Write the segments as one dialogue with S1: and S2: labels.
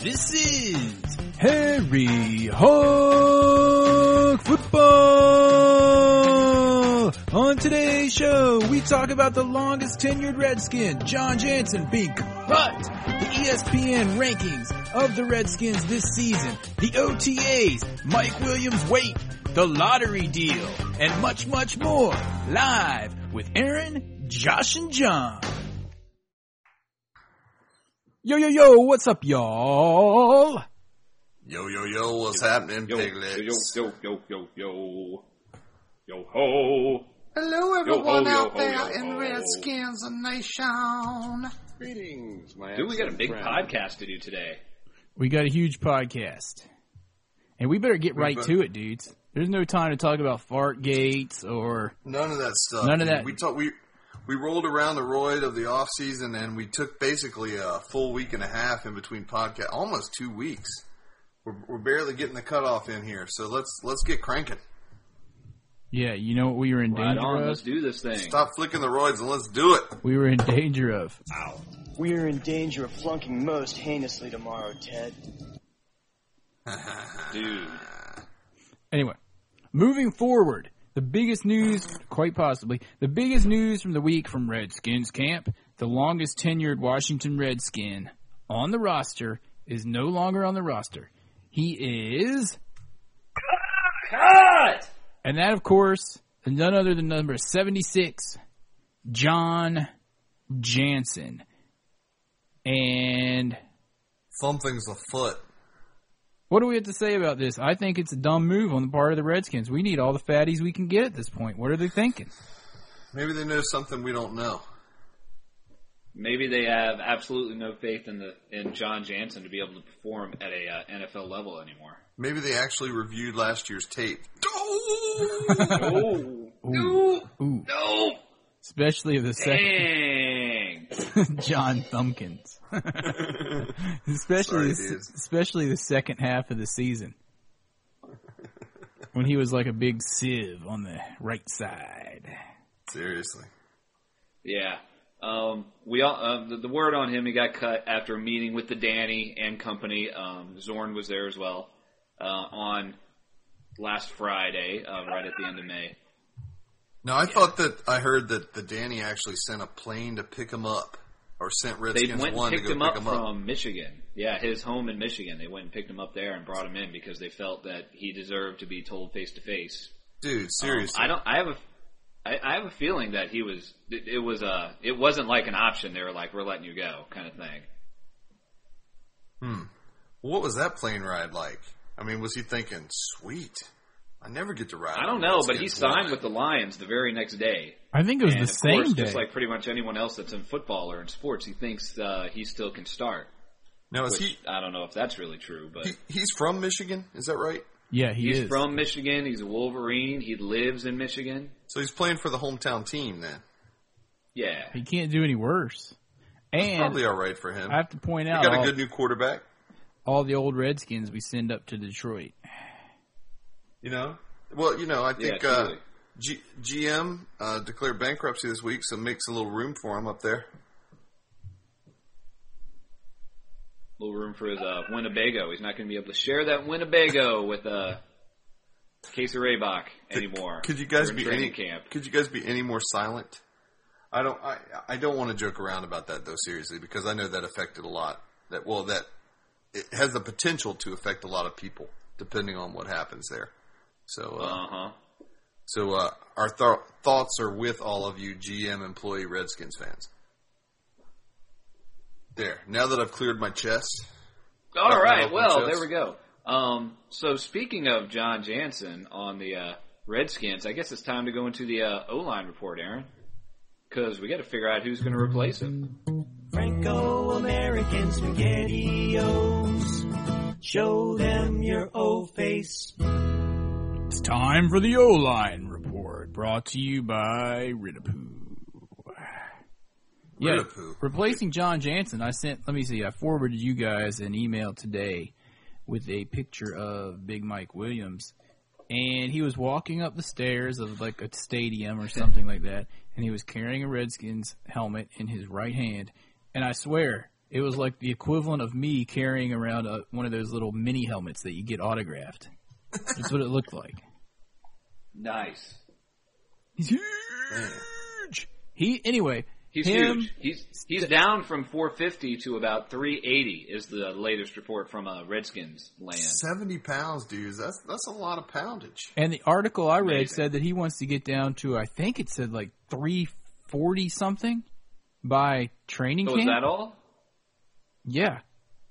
S1: This is Harry Hog Football! On today's show, we talk about the longest tenured Redskin, John Jansen, being cut, the E ESPN rankings of the Redskins this season, the OTAs, Mike Williams' weight, the lottery deal, and much, much more, live with Aaron, Josh, and John. Yo, yo, yo, what's up, y'all?
S2: Yo, yo, yo, what's happening,
S3: Yo,
S2: piglets?
S3: yo, yo, yo, yo, yo, yo, ho.
S2: Hello,
S3: everyone out there in Redskins
S2: Nation.
S3: Greetings, my Dude, we got a big podcast to do today.
S1: We got a huge podcast. And we better get right
S2: better-
S1: to it, dudes. There's no time to talk about fart gates or
S2: None of that stuff.
S1: None of
S2: dude.
S1: that.
S2: We talk, we we rolled around the roid of the off season, and we took basically a full week and a half in between podcast, almost two weeks. We're, we're barely getting the cutoff in here, so let's let's get cranking.
S1: yeah, you know what we were in
S3: Right
S1: danger
S3: on,
S1: of?
S3: let's do this thing.
S2: Stop flicking the roids and let's do it.
S1: We were in danger of.
S4: We are in danger of flunking most heinously tomorrow, Ted.
S3: Dude,
S1: Anyway, moving forward, the biggest news, quite possibly, the biggest news from the week from Redskins camp, the longest tenured Washington Redskin on the roster is no longer on the roster. He is
S3: cut!
S1: And that, of course, is none other than number 76, John Jansen. And
S2: Something's afoot.
S1: what do we have to say about this? I think it's a dumb move on the part of the Redskins. We need all the fatties we can get at this point. What are they thinking?
S2: Maybe they know something we don't know.
S3: Maybe they have absolutely no faith in the in John Jansen to be able to perform at a uh, NFL level anymore.
S2: Maybe they actually reviewed last year's tape.
S3: Oh,
S1: Ooh,
S3: no,
S1: especially the second
S3: dang!
S1: John Thumbkins. especially
S2: Sorry,
S1: the,
S2: dudes.
S1: especially the second half of the season. When he was like a big sieve on the right side.
S2: Seriously.
S3: Yeah. Um, we all uh, the, the word on him. He got cut after a meeting with the Danny and company. Um, Zorn was there as well uh, on last Friday, uh, right at the end of May.
S2: No, I thought that I heard that the Danny actually sent a plane to pick him up, or sent
S3: They
S2: Redskins
S3: went and
S2: one to
S3: picked
S2: go
S3: him
S2: pick
S3: up
S2: him up.
S3: from Michigan. Yeah, his home in Michigan. They went and picked him up there and brought him in because they felt that he deserved to be told face to face.
S2: Dude, seriously,
S3: Um, I don't. I have a. I, I have a feeling that he was. It, it was uh It wasn't like an option. They were like, "We're letting you go," kind of thing.
S2: what was that plane ride like? I mean, was he thinking, "Sweet, I never get to ride"?
S3: I
S2: on
S3: don't know, but he
S2: Redskins
S3: signed
S2: one."
S3: with the Lions the very next day.
S1: I think it was
S3: and
S1: the
S3: of
S1: same
S3: course,
S1: day.
S3: just like pretty much anyone else that's in football or in sports, he thinks uh, he still can start.
S2: Now is
S3: Which
S2: he,
S3: I don't know if that's really true, but
S2: he? He's from Michigan, is that right?
S1: yeah, he
S3: he's
S1: is.
S3: from Michigan. He's a Wolverine. He lives in Michigan.
S2: So he's playing for the hometown team then.
S3: Yeah,
S1: He can't do any worse. And
S2: Probably all right for him.
S1: I have to point
S2: He
S1: out
S2: got
S1: all,
S2: a good new quarterback.
S1: all the old Redskins we send up to Detroit.
S2: You know, well, you know, I think
S3: yeah,
S2: uh,
S3: truly.
S2: G- GM uh, declared bankruptcy this week, so makes a little room for him up there.
S3: little room for his uh, Winnebago. He's not going to be able to share that Winnebago with uh, Casey Raybach anymore.
S2: Could you guys
S3: during
S2: be any
S3: training camp?
S2: Could you guys be any more silent? I don't. I, I don't want to joke around about that though. Seriously, because I know that affected a lot. That well, that it has the potential to affect a lot of people, depending on what happens there. So, uh,
S3: Uh huh.
S2: so uh, our th- thoughts are with all of you GM employee Redskins fans. There. Now that I've cleared my chest,
S3: All
S2: Nothing
S3: right.
S2: else
S3: Well,
S2: on
S3: there
S2: chess.
S3: we go. Um, so speaking of John Jansen on the uh, Redskins, I guess it's time to go into the uh, O line report, Aaron, because we got to figure out who's going to replace him.
S5: Franco-American SpaghettiOs. Show them your O face.
S1: It's time for the O line report, brought to you by Ritapoo. Yeah,
S2: Ritapoo.
S1: replacing John Jansen, I sent. Let me see. I forwarded you guys an email today with a picture of Big Mike Williams, and he was walking up the stairs of like a stadium or something like that, and he was carrying a Redskins helmet in his right hand, and I swear It was like the equivalent of me carrying around a, one of those little mini helmets that you get autographed. That's what it looked like.
S3: Nice.
S1: He's huge. He anyway.
S3: He's
S1: him,
S3: huge. He's he's down from 450 to about 380 is the latest report from uh, Redskins land.
S2: Seventy pounds, dudes. That's that's a lot of poundage.
S1: And the article I read
S3: Amazing.
S1: said that he wants to get down to I think it said like three forty something by training
S3: So
S1: camp.
S3: Oh, is that all?
S1: Yeah,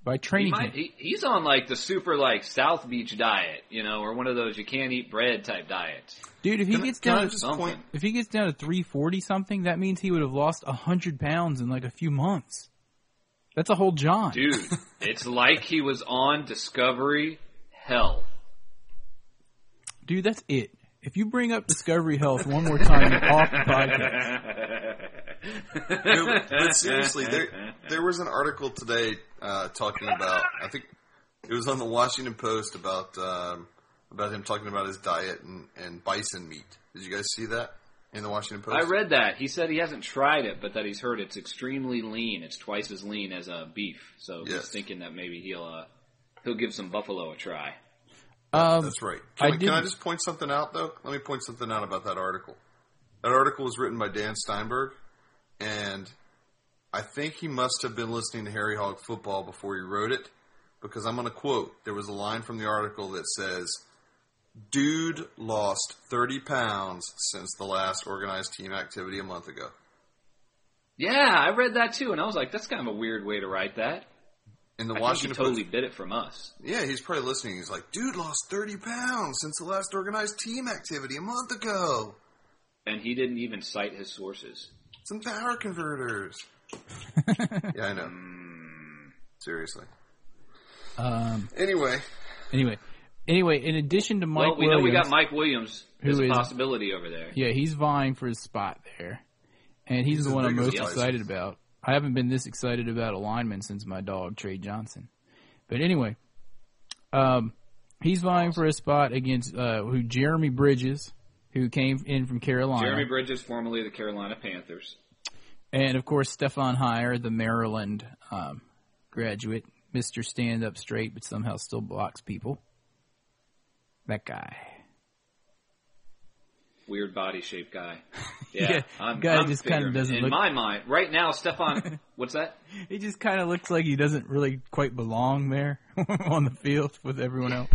S1: by
S3: He
S1: training
S3: might,
S1: camp.
S3: he, he's on like the super like South Beach diet, you know, or one of those you can't eat bread type diets.
S1: Dude, if he
S2: Can I-
S1: gets
S2: can I
S1: down, to,
S2: just
S3: Something.
S2: point-
S1: if he gets down to three forty something, that means he would have lost hundred pounds in like a few months. That's a whole John.
S3: Dude, it's like he was on Discovery Health.
S1: Dude, that's it. If you bring up Discovery Health one more time, you're off the podcast.
S2: No, but- but seriously, there there was an article today uh, talking about. I think it was on the Washington Post about um, about him talking about his diet and, and bison meat. Did you guys see that in the Washington Post?
S3: I read that. He said he hasn't tried it, but that he's heard it's extremely lean. It's twice as lean as uh, beef. So he's
S2: Yes.
S3: thinking that maybe he'll uh, he'll give some buffalo a try.
S1: Um,
S2: That's right.
S1: I
S2: Can I, can I
S1: didn't-
S2: just point something out though? Let me point something out about that article. That article was written by Dan Steinberg, and I think he must have been listening to Harry Hog football before he wrote it, because I'm going to quote. There was a line from the article that says, "Dude lost 30 pounds since the last organized team activity a month ago."
S3: Yeah, I read that too, and I was like, that's kind of a weird way to write that.
S2: In the
S3: I think he
S2: Washington
S3: totally
S2: Post,
S3: bit it from us.
S2: yeah, he's probably listening. He's like, "Dude lost 30 pounds since the last organized team activity a month ago."
S3: And he didn't even cite his sources.
S2: Some power converters. yeah, I know. Mm, Seriously.
S1: um,
S2: Anyway,
S1: anyway, anyway, in addition to Mike
S3: well, we know we
S1: Williams-
S3: got Mike Williams
S1: Who
S3: as a
S1: is-
S3: possibility over there.
S1: Yeah, he's vying for his spot there, and he's,
S2: He's
S1: the
S2: the
S1: one I'm most
S2: biggest license.
S1: excited about. I haven't been this excited about a lineman since my dog Trey Johnson, but anyway, um, he's vying for a spot against uh, who Jeremy Bridges, who came in from Carolina,
S3: Jeremy Bridges, formerly the Carolina Panthers.
S1: and of course Stefan Heyer, the Maryland um, graduate, Mister Stand Up Straight, but somehow still blocks people. That guy.
S3: Weird body shape guy. Yeah,
S1: Yeah,
S3: I'm,
S1: guy
S3: I'm
S1: just kinda
S3: figuring-
S1: doesn't
S3: In
S1: look-
S3: my mind, right now, Stefan, what's that?
S1: He just kind of looks like he doesn't really quite belong there on the field with everyone else.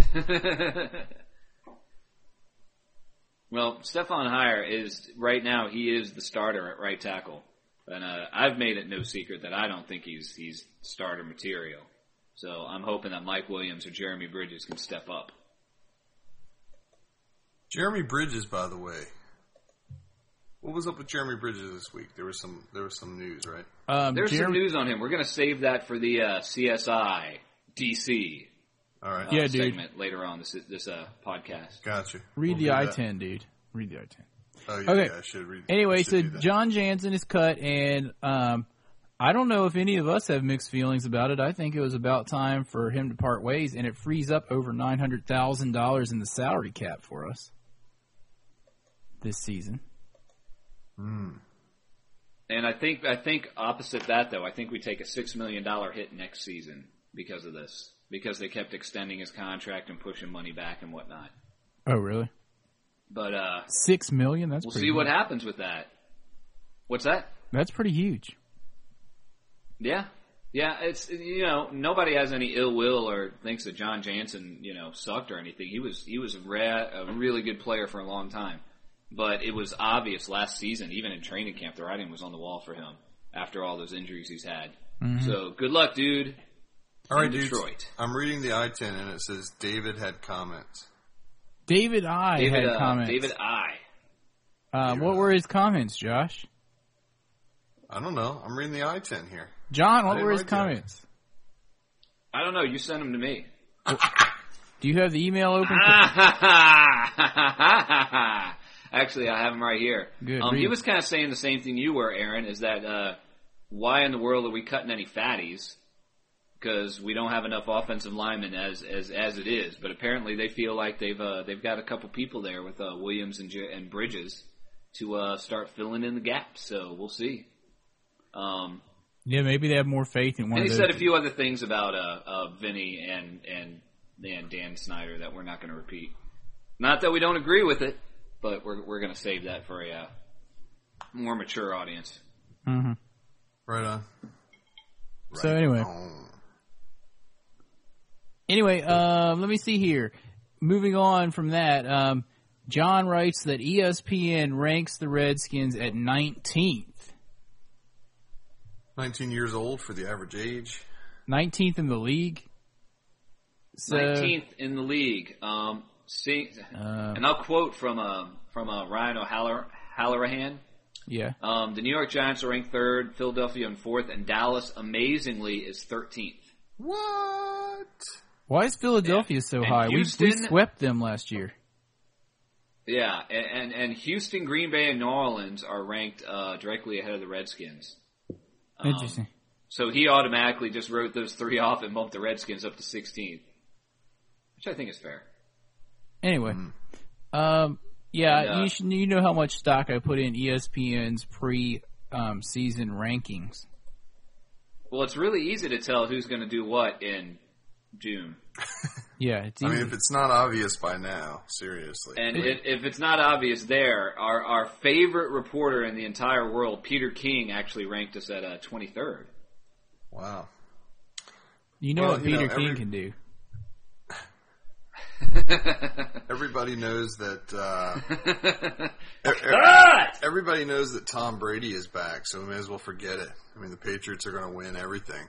S3: well, Stefan Heyer is right now. He is the starter at right tackle, and uh, I've made it no secret that I don't think he's he's starter material. So I'm hoping that Mike Williams or Jeremy Bridges can step up.
S2: Jeremy Bridges, by the way. What was up with Jeremy Bridges this week? There was some there was some news, right?
S1: Um,
S3: There's some
S1: Jeremy-
S3: news on him. We're gonna save that for the uh, CSI DC
S2: All right.
S3: uh,
S1: Yeah, dude.
S3: segment later on this this uh, podcast.
S2: Gotcha.
S1: Read
S2: We'll
S1: the
S2: do
S1: I
S2: that.
S1: ten, dude. Read the I ten.
S2: Oh yeah,
S1: Okay.
S2: yeah, I should read. I
S1: Anyway,
S2: should
S1: so
S2: do that.
S1: John Jansen is cut, and um, I don't know if any of us have mixed feelings about it. I think it was about time for him to part ways, and it frees up over nine hundred thousand dollars in the salary cap for us this season.
S3: And I think I think opposite that though, I think we take a six million dollar hit next season because of this. Because they kept extending his contract and pushing money back and whatnot.
S1: Oh, really?
S3: But uh
S1: Six million? That's
S3: we'll
S1: pretty
S3: see what
S1: huge.
S3: happens with that. What's that?
S1: That's pretty huge.
S3: Yeah. Yeah, it's you know, nobody has any ill will or thinks that John Jansen, you know, sucked or anything. He was he was a, re- a really good player for a long time. But it was obvious last season, even in training camp, the writing was on the wall for him after all those injuries he's had.
S1: Mm-hmm.
S3: So good luck, dude.
S2: All right,
S3: in
S2: dudes.
S3: Detroit.
S2: I'm reading the I ten, and it says David had comments.
S1: David I
S3: David,
S1: had
S3: uh,
S1: comments.
S3: David I.
S1: uh, what were his comments, Josh?
S2: I don't know. I'm reading the I ten here.
S1: John,
S2: I
S1: what
S2: didn't
S1: were his
S2: like that.
S1: comments?
S3: I don't know. You sent him to me.
S1: Do you have the email open?
S3: Ah. Actually, I have him right here.
S1: Good,
S3: Um,
S1: read
S3: he
S1: it.
S3: was kind of saying the same thing you were, Aaron. Is that uh, why in the world are we cutting any fatties? Because we don't have enough offensive linemen as as as it is. But apparently, they feel like they've uh, they've got a couple people there with uh, Williams and J- and Bridges to uh, start filling in the gaps. So we'll see. Um,
S1: Yeah, maybe they have more faith in one
S3: And
S1: of
S3: he
S1: those.
S3: said a few other things about uh, uh, Vinny and and and Dan Snyder that we're not going to repeat. Not that we don't agree with it, but we're we're going to save that for a uh, more mature audience.
S1: Mhm.
S2: Right on.
S1: So anyway.
S2: on.
S1: Anyway, uh, let me see here. Moving on from that, um, John writes that E ESPN ranks the Redskins at 19th,
S2: 19 years old for the average age.
S1: 19th in the league. So, Uh.
S3: Nineteenth in the league. Um, see, and I'll quote from um from uh, Ryan O'Haller O'Halloran.
S1: yeah,
S3: Um, the New York Giants are ranked third, Philadelphia in fourth, and Dallas amazingly is thirteenth.
S2: What?
S1: why is Philadelphia so
S3: And
S1: high? We- we,
S3: Houston-
S1: swept them last year.
S3: Yeah, and, and and Houston, Green Bay, and New Orleans are ranked uh, directly ahead of the Redskins. Um,
S1: Interesting.
S3: So he automatically just wrote those three off and bumped the Redskins up to 16th, which I think is fair.
S1: Anyway, um, yeah,
S3: Mm-hmm. And, uh,
S1: you should, you know how much stock I put in E ESPN's pre um, season rankings.
S3: Well, it's really easy to tell who's going to do what in June,
S1: Yeah, it's
S2: I mean,
S1: easy.
S2: if it's not obvious by now, seriously.
S3: and if, if it's not obvious, there our our favorite reporter in the entire world, Peter King, actually ranked us at uh, 23rd.
S2: wow.
S1: you know
S2: well,
S1: what
S2: you know,
S1: Peter King
S2: every-
S1: can do.
S2: Everybody knows that. Uh, e- e-
S3: Ah!
S2: everybody knows that Tom Brady is back, so we may as well forget it. I mean, the Patriots are going to win everything.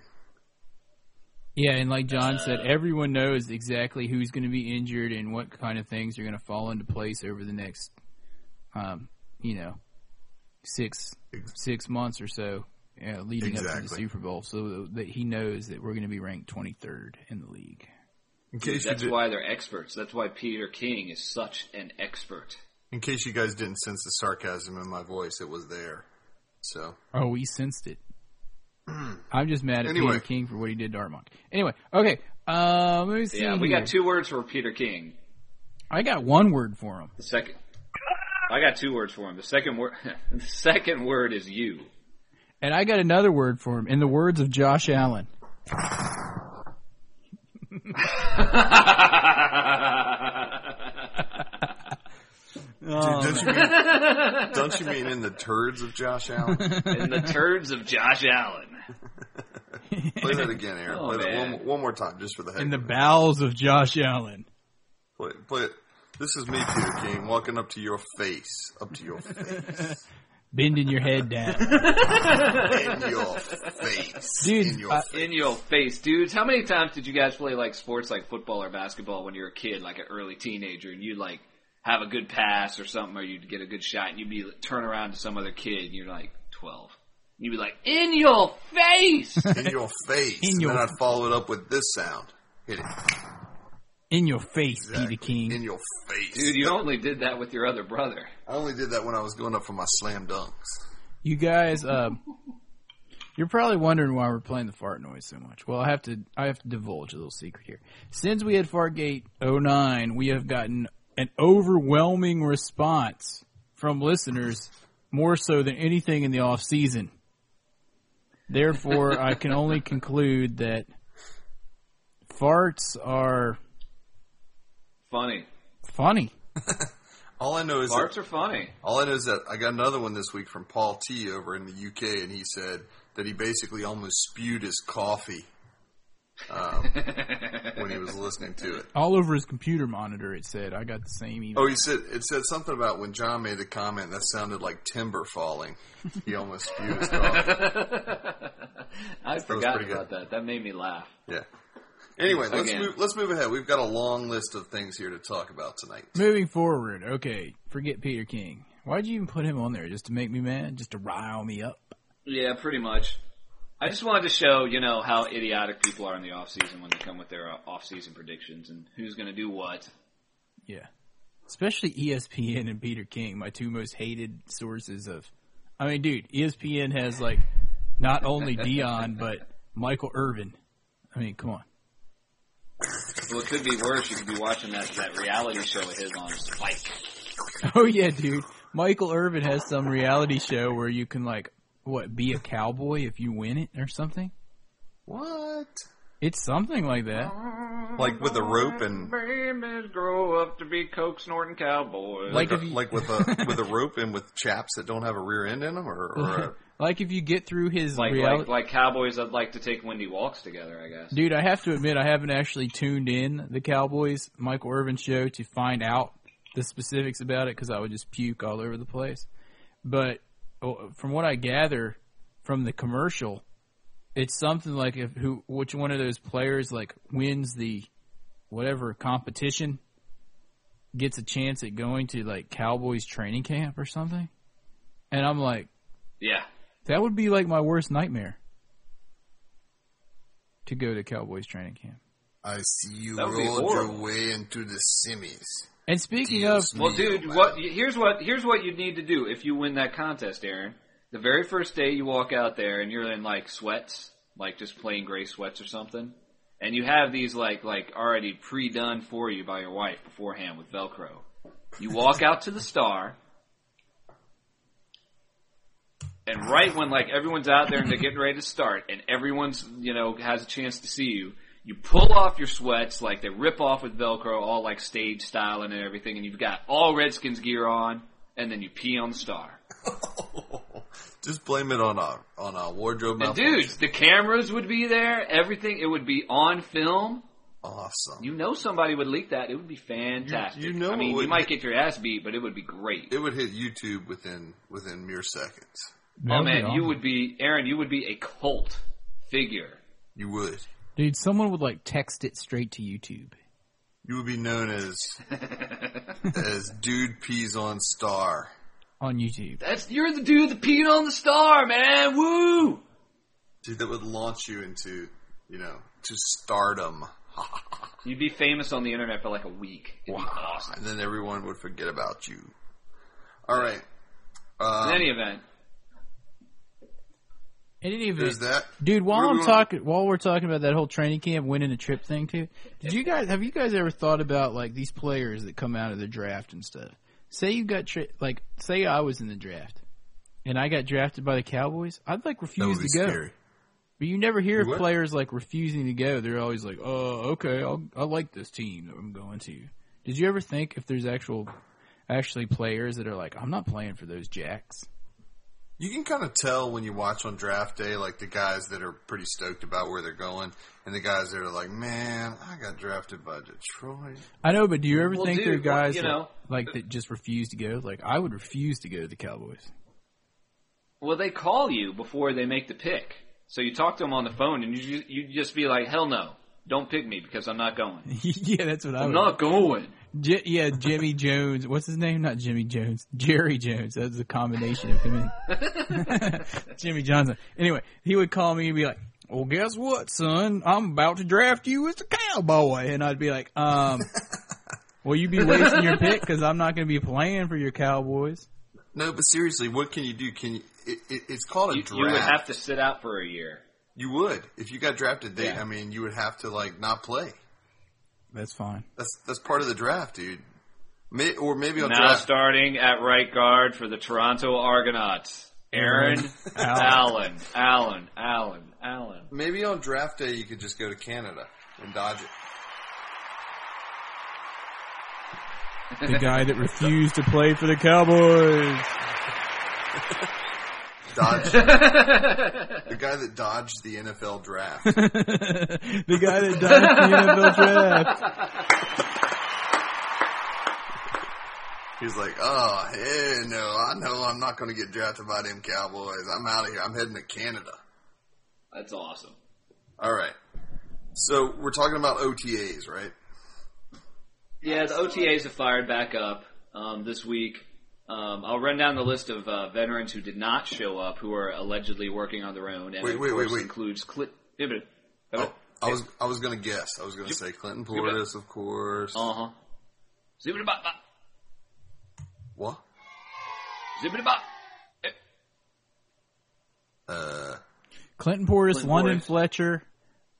S1: Yeah, and like John
S3: Uh,
S1: said, everyone knows exactly who's going to be injured and what kind of things are going to fall into place over the next, um, you know, six six months or so uh, leading up to the
S2: Exactly.
S1: Super Bowl, so that he knows that we're going to be ranked twenty third in the league.
S2: In case you
S3: That's
S2: did,
S3: why they're experts. That's why Peter King is such an expert.
S2: in case you guys didn't sense the sarcasm in my voice, it was there. So
S1: Oh, we sensed it. I'm just mad at
S2: Anyway.
S1: Peter King for what he did to Armand. Anyway, okay. Uh, let me see.
S3: Yeah, we
S1: here.
S3: got two words for Peter King.
S1: I got one word for him.
S3: The second, I got two words for him. The second word, the second word is you.
S1: And I got another word for him in the words of Josh Allen.
S2: don't, you mean, don't you mean in the turds of Josh Allen? Play
S3: In the turds of Josh Allen.
S2: that again, Aaron.
S3: Oh,
S2: play that
S3: man.
S2: one, mo- one more time, just for the heck.
S1: In the
S2: of it.
S1: bowels of Josh Allen.
S2: play, play it. This is me, Peter King, walking up to your face, up to your face,
S1: bending your head down.
S2: in your face,
S1: Dude, uh,
S2: in your
S1: I-
S2: face.
S3: In your face, dudes. How many times did you guys play like sports like football or basketball when you were a kid, like an early teenager, and you'd like have a good pass or something, or you'd get a good shot, and you'd be turn around to some other kid, and you're like twelve. And you'd be like, in your face!
S2: in your face.
S1: In
S2: and
S1: your-
S2: then I'd follow it up with this sound. Hit it.
S1: In your face,
S2: Exactly.
S1: Peter King.
S2: In your face.
S3: Dude, you only did that with your other brother.
S2: I only did that when I was going up for my slam dunks.
S1: you guys, um, you're probably wondering why we're playing the fart noise so much. Well, I have to, I have to divulge a little secret here. Since we had Fartgate 09, we have gotten an overwhelming response from listeners, more so than anything in the off season. Therefore, I can only conclude that farts are
S3: Funny.
S1: funny.
S2: All I know is that,
S3: Farts are funny.
S2: all I know is that I got another one this week from Paul T over in the UK, and he said that he basically almost spewed his coffee um, when he was listening to it.
S1: all over his computer monitor. It said, "I got the same email."
S2: Oh, he said it said something about when John made a comment that sounded like timber falling. He almost spewed his coffee.
S3: I forgot
S2: pretty
S3: about
S2: good.
S3: that. That made me laugh.
S2: Yeah. Anyway, let's
S3: Again.
S2: move, let's move ahead. We've got a long list of things here to talk about tonight.
S1: Moving forward, okay, forget Peter King. Why'd you even put him on there? Just to make me mad? Just to rile me up?
S3: Yeah, pretty much. I just wanted to show, you know, how idiotic people are in the off season when they come with their uh, off season predictions and who's going to do what.
S1: Yeah. Especially E ESPN and Peter King, my two most hated sources of. I mean, dude, E ESPN has like not only Dion but Michael Irvin. I mean, come on.
S3: Well, it could be worse. You could be watching that that reality show of his on Spike.
S1: Oh yeah, dude. Michael Irvin has some reality show where you can like what be a cowboy if you win it or something.
S2: What?
S1: It's something like that.
S2: Like with a rope and
S3: Babies grow up to be coke snorting cowboys.
S1: Like if you-
S2: like with a with a rope and with chaps that don't have a rear end in them, or, or a,
S1: Like if you get through his
S3: like,
S1: reality,
S3: like like cowboys that like to take windy walks together. I guess.
S1: dude. I have to admit, I haven't actually tuned in the Cowboys Michael Irvin show to find out the specifics about it because I would just puke all over the place. But oh, from what I gather from the commercial, it's something like if who which one of those players like wins the whatever competition gets a chance at going to like Cowboys training camp or something. And I'm like,
S3: Yeah.
S1: that would be like my worst nightmare. To go to Cowboys training camp.
S2: I see you
S3: That would be rolled your horrible.
S2: way into the semis.
S1: And speaking
S2: Deals.
S1: of,
S3: Well,
S2: Yeah,
S3: dude,
S2: wow.
S3: what here's what here's what you need to do if you win that contest, Aaron. The very first day you walk out there and you're in like sweats, like just plain gray sweats or something, and you have these like like already pre-done for you by your wife beforehand with Velcro. You walk out to the star, and right when like everyone's out there and they're getting ready to start, and everyone's you know has a chance to see you, you pull off your sweats like they rip off with Velcro, all like stage styling and everything, and you've got all Redskins gear on, and then you pee on the star.
S2: Just blame it on a on a wardrobe
S3: And
S2: malfunction.
S3: dudes, the cameras would be there, everything. It would be on film.
S2: awesome.
S3: You know somebody would leak that. It would be fantastic.
S2: You- you know
S3: I
S2: it
S3: mean, you
S2: would.
S3: might get your ass beat, but it would be great.
S2: it would hit YouTube within within mere seconds.
S3: oh man, you would be Aaron. You would be a cult figure.
S2: You would.
S1: dude, someone would like text it straight to YouTube.
S2: You would be known as as dude peas on star.
S1: On YouTube,
S3: That's you're the dude that peed on the star, man. Woo!
S2: Dude, that would launch you into you know to stardom.
S3: You'd be famous on the internet for like a week. It'd be awesome.
S2: and then everyone would forget about you. All right, um,
S3: In any event,
S1: in any
S2: there's
S1: event,
S2: that.
S1: dude. While
S2: Where
S1: I'm
S2: we wanna-
S1: talking, while we're talking about that whole training camp winning a trip thing too, did you guys have you guys ever thought about like these players that come out of the draft and stuff? Say you got tri- like, say I was in the draft, and I got drafted by the Cowboys. I'd like
S2: That
S1: refuse
S2: would be
S1: to go.
S2: scary.
S1: But you never hear
S2: You
S1: of
S2: what?
S1: players like refusing to go. They're always like, "Oh, okay, I'll, I like this team that I'm going to." Did you ever think if there's actual, actually players that are like, "I'm not playing for those jacks."
S2: You can kind of tell when you watch on draft day, like the guys that are pretty stoked about where they're going, and the guys that are like, "Man, I got drafted by Detroit."
S1: I know, but do you ever
S3: Well,
S1: think
S3: dude,
S1: there are guys
S3: you
S1: that-
S3: know- uh,
S1: like that just refuse to go? Like I would refuse to go to the Cowboys.
S3: well, they call you before they make the pick, so you talk to them on the phone, and you you just be like, "Hell no, don't pick me because I'm not going.
S1: yeah, that's what I would.
S3: I'm not going."
S1: J- yeah, Jimmy Jones. What's his name? Not Jimmy Jones. Jerry Jones. That's a combination of him and Jimmy Johnson. Anyway, he would call me and be like, "Well, guess what, son? I'm about to draft you as the cowboy," and I'd be like, "Um, will you be wasting your pick? Because I'm not going to be playing for your Cowboys."
S2: No, but seriously, what can you do? Can you? It, it, it's called a
S3: You,
S2: draft.
S3: you would have to sit out for a year.
S2: You would. If you got drafted, they,
S3: Yeah.
S2: I mean, you would have to like not play.
S1: That's fine.
S2: That's that's part of the draft, dude. May, or maybe on
S3: Now
S2: draft.
S3: starting at right guard for the Toronto Argonauts, Aaron Allen, Allen, Allen, Allen.
S2: Maybe on draft day you could just go to Canada and dodge it.
S1: The guy that refused to play for the Cowboys.
S2: Dodge the guy that dodged the NFL draft.
S1: the guy that died in the NFL draft.
S2: He's like, oh, hey, no, I know I'm not going to get drafted by them Cowboys. I'm out of here. I'm heading to Canada.
S3: That's awesome.
S2: All right. So we're talking about OTAs, right?
S3: Yeah, the OTAs have fired back up um, this week. Um, I'll run down the list of uh, veterans who did not show up, who are allegedly working on their own, and
S2: Wait,
S3: of
S2: wait, wait,
S3: course
S2: wait.
S3: includes Clit.
S2: Oh, I was I was going to guess. I was going to say Clinton Portis, of course.
S3: Uh huh. Zippity bop bop.
S2: What?
S3: Zippity bop.
S2: Uh,
S1: Clinton Portis,
S3: Clinton
S1: London
S3: Portis.
S1: Fletcher,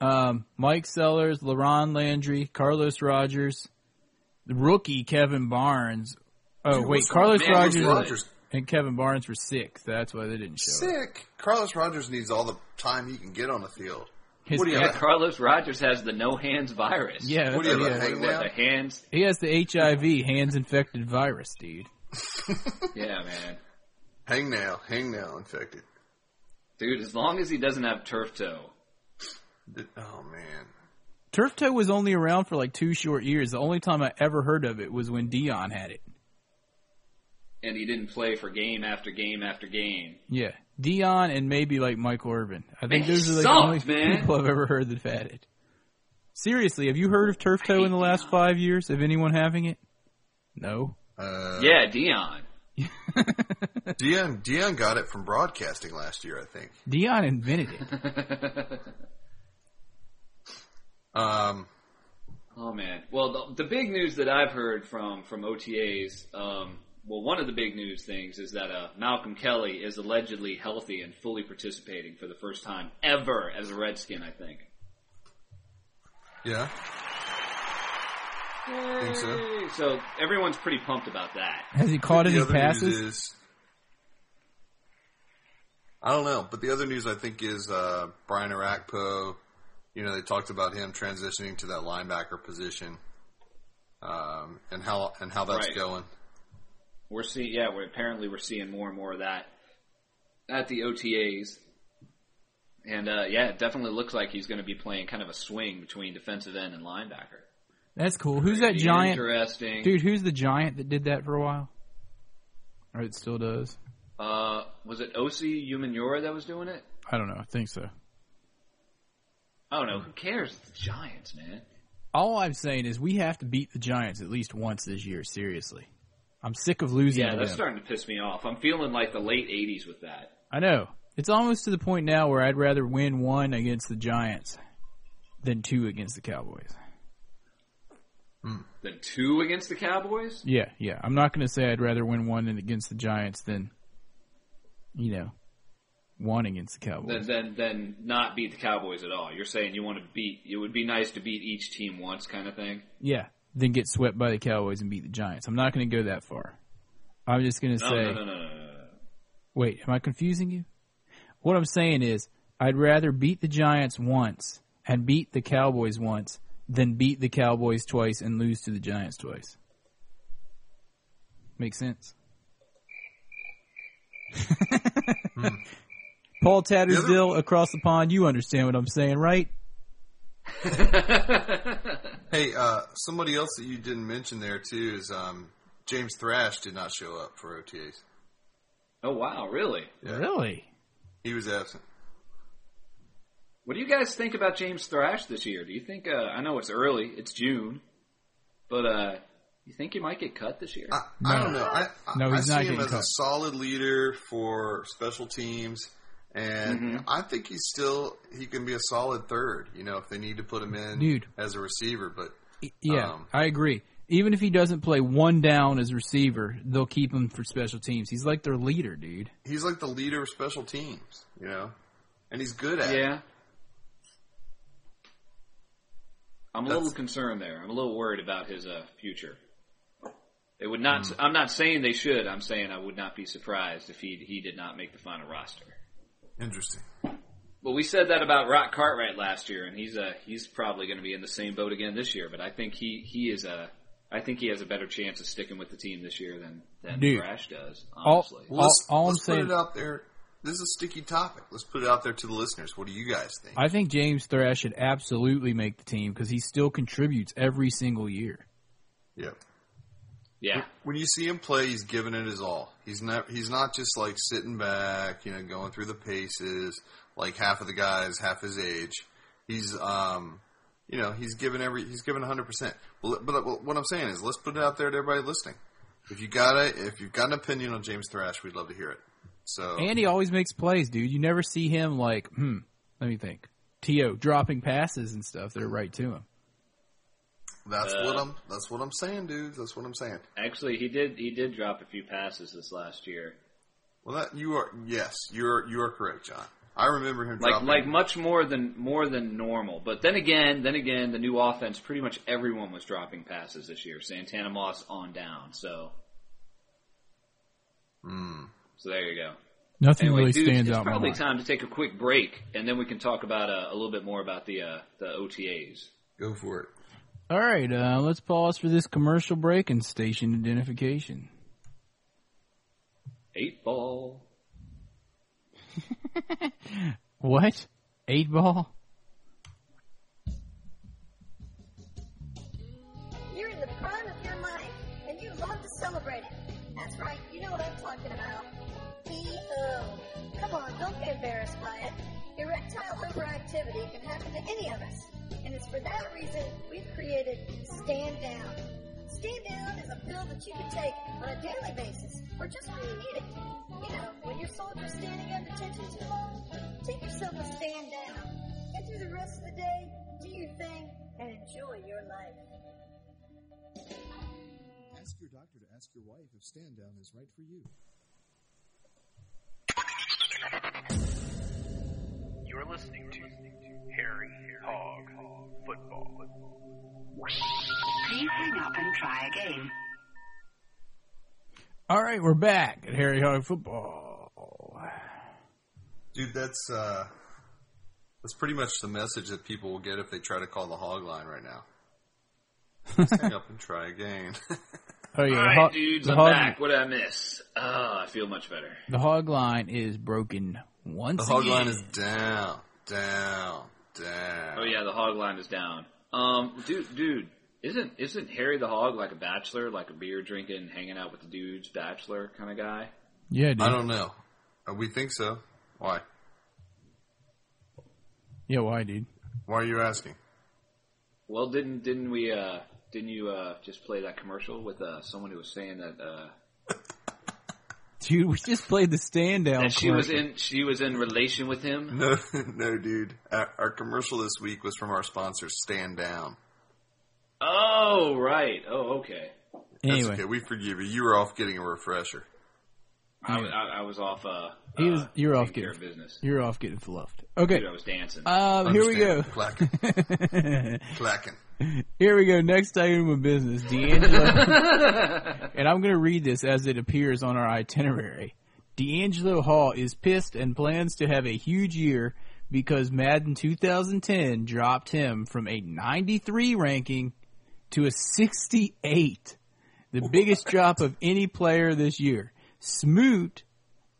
S1: um, Mike Sellers, LaRon Landry, Carlos Rogers, the rookie Kevin Barnes. Oh wait,
S2: what's
S1: Carlos
S3: man,
S1: Rogers.
S3: what's
S2: Rogers
S1: and Kevin Barnes were sick. So that's why they didn't show up.
S2: Sick. Carlos Rogers needs all the time he can get on the field.
S1: His-
S2: what do you
S3: Yeah,
S2: have?
S3: Carlos Rogers has the no hands virus.
S1: Yeah,
S2: What do
S1: that's-
S2: you have? A
S1: yeah.
S3: What, the
S2: hangnail?
S3: hands?
S1: he has the HIV, hands infected virus, dude.
S3: Yeah, man.
S2: Hangnail. Hangnail infected.
S3: Dude, as long as he doesn't have turf toe.
S2: Did- Oh man.
S1: Turf toe was only around for like two short years. The only time I ever heard of it was when Dion had it.
S3: And he didn't play for game after game after game.
S1: Yeah, Dion and maybe like Michael Irvin. I think
S3: Man, he
S1: those are like
S3: sucked,
S1: the only
S3: man.
S1: people I've ever heard that have had it. Seriously, have you heard of turf toe in the last five years? Of anyone having it? No.
S2: Uh,
S3: yeah, Dion.
S2: Dion Dion got it from broadcasting last year, I think.
S1: Dion invented it.
S2: Um,
S3: Oh man. Well, the, the big news that I've heard from from OTAs, um, well, one of the big news things is that uh, Malcolm Kelly is allegedly healthy and fully participating for the first time ever as a Redskin. I think.
S2: yeah. Think so.
S3: Yay. So everyone's pretty pumped about that.
S1: Has he caught
S2: The
S1: any
S2: other news
S1: passes?
S2: is- I don't know, but the other news I think is uh, Brian Arakpo. You know, they talked about him transitioning to that linebacker position, um, and how and how that's
S3: Right.
S2: going.
S3: We're seeing, yeah, we're apparently we're seeing more and more of that at the OTAs. And uh, yeah, it definitely looks like he's going to be playing kind of a swing between defensive end and linebacker.
S1: That's cool. Who's that
S3: Be
S1: giant?
S3: Interesting.
S1: Dude, who's the giant that did that for a while? Or it still does?
S3: Uh, was it OC Umanura that was doing it?
S1: I don't know. I think so.
S3: I don't know. Who cares? It's the Giants, man.
S1: All I'm saying is we have to beat the Giants at least once this year. Seriously, I'm sick of losing.
S3: Yeah,
S1: to
S3: that's
S1: them.
S3: starting to piss me off. I'm feeling like the late '80s with that.
S1: I know. It's almost to the point now where I'd rather win one against the Giants than two against the Cowboys.
S3: The two against the Cowboys.
S1: Yeah, yeah. I'm not going to say I'd rather win one and against the Giants than, you know, one against the
S3: Then,
S1: Cowboys.
S3: then, then not beat the Cowboys at all. You're saying you want to beat. It would be nice to beat each team once, kind of thing.
S1: yeah, then get swept by the Cowboys and beat the Giants. I'm not going to go that far. I'm just going to
S3: No,
S1: say.
S3: no, no, no, no, no.
S1: Wait, am I confusing you? What I'm saying is, I'd rather beat the Giants once and beat the Cowboys once than beat the Cowboys twice and lose to the Giants twice. Make sense? Paul Tattersdale across the pond, you understand what I'm saying, right?
S2: Hey, uh, somebody else that you didn't mention there too is um, James Thrash did not show up for OTAs.
S3: Oh wow, really?
S1: Really?
S2: He was absent.
S3: What do you guys think about James Thrash this year? Do you think? Uh, I know it's early. It's June, but uh, you think he might get cut this year?
S2: I, I don't know. I, I,
S1: No, he's
S2: I
S1: not
S2: see him
S1: getting
S2: as a
S1: cut.
S2: solid leader for special teams, and I think he's still he can be a solid third. You know, if they need to put him in
S1: Dude.
S2: as a receiver, but
S1: Yeah,
S2: Um,
S1: I agree. Even if he doesn't play one down as receiver, they'll keep him for special teams. He's like their leader, dude.
S2: he's like the leader of special teams. You know, and he's good at it.
S3: Yeah. I'm a little
S2: That's-
S3: concerned there. I'm a little worried about his uh, future. It would not.
S1: Hmm.
S3: I'm not saying they should. I'm saying I would not be surprised if he he did not make the final roster.
S2: Interesting.
S3: But we said that about Rock Cartwright last year, and he's uh he's probably going to be in the same boat again this year. But I think he he is a I think he has a better chance of sticking with the team this year than than
S1: Dude.
S3: Thrash does.
S1: All-
S3: Honestly,
S1: All-
S2: Let's,
S1: all I'm
S2: let's put
S1: saying-
S2: it out there. This is a sticky topic. Let's put it out there to the listeners. What do you guys think?
S1: I think James Thrash should absolutely make the team because he still contributes every single year.
S2: yeah.
S3: yeah.
S2: When you see him play, he's giving it his all. He's not he's not just like sitting back, you know, going through the paces like half of the guys half his age. He's um you know, he's giving every he's giving 100%. Well, but but what I'm saying is let's put it out there to everybody listening. If you got a, if you've got an opinion on James Thrash, we'd love to hear it. So
S1: And he always makes plays, dude. You never see him like, hmm, let me think. T.O. dropping passes and stuff. They're right to him.
S2: that's what I'm that's what I'm saying, dudes. That's what I'm saying.
S3: Actually, he did he did drop a few passes this last year.
S2: Well, that you are yes, you're you are correct, John. I remember him
S3: like
S2: dropping
S3: like much more than more than normal. But then again, then again, the new offense, pretty much everyone was dropping passes this year. Santana Moss on down, so So there you go.
S1: Nothing
S3: Anyway,
S1: really
S3: dudes,
S1: stands
S3: it's
S1: out. in my
S3: probably
S1: mind.
S3: time to take a quick break, and then we can talk about uh, a little bit more about the uh, the OTAs.
S2: Go for it.
S1: All right, uh, let's pause for this commercial break and station identification.
S3: Eight ball.
S1: What? Eight ball?
S6: You're in the prime of your life, and you love to celebrate it. That's right, you know what I'm talking about. BO. Come on, don't get embarrassed by it. Erectile overactivity can happen to any of us, and it's for that reason we've created Stand Down. Stand Down is a pill that you can take on a daily basis, or just when you need it. You know, when your soldier's standing under tension too long, take yourself a stand down. Get through the rest of the day, do your thing, and enjoy your life.
S7: Ask your doctor to ask your wife if stand down is right for you.
S8: You're listening to Harry Hog Football.
S9: Please hang up and try again.
S1: All right, we're back at Harry Hog Football. Oh,
S2: Dude, that's uh, that's pretty much the message that people will get if they try to call the hog line right now. Just hang up and try again.
S1: Oh yeah,
S3: All
S1: the
S3: right,
S1: hog-
S3: dudes,
S1: the
S3: I'm
S1: hog-
S3: back. What did I miss? Ah, I feel much better.
S1: The hog line is broken once
S2: the hog
S1: again.
S2: line is down, down, down.
S3: Oh yeah, the hog line is down. Um, dude, dude, isn't isn't Harry the hog like a bachelor, like a beer drinking, hanging out with the dudes, bachelor kind of guy?
S1: yeah, dude.
S2: I don't know. Uh, We think so. Why?
S1: yeah, why, dude?
S2: Why are you asking?
S3: Well, didn't didn't we uh didn't you uh just play that commercial with uh someone who was saying that uh
S1: Dude, we just played the stand down.
S3: that she was in she was in relation with him?
S2: No, no, dude. Our, our commercial this week was from our sponsor, Stand Down.
S3: Oh right. Oh okay.
S2: That's
S1: Anyway,
S2: okay. We forgive you. You were off getting a refresher.
S3: I, I, I was off. Uh,
S1: He was-
S3: uh,
S1: you were off
S3: taking care
S1: getting-
S3: of business.
S1: you're off getting fluffed. Okay,
S3: Dude, I was dancing.
S1: uh, here we go.
S2: Understand. Clacking, clacking.
S1: Here we go. Next item of business, D'Angelo. and I'm going to read this as it appears on our itinerary. D'Angelo Hall is pissed and plans to have a huge year because Madden 2010 dropped him from a 93 ranking to a 68. The biggest drop of any player this year. Smoot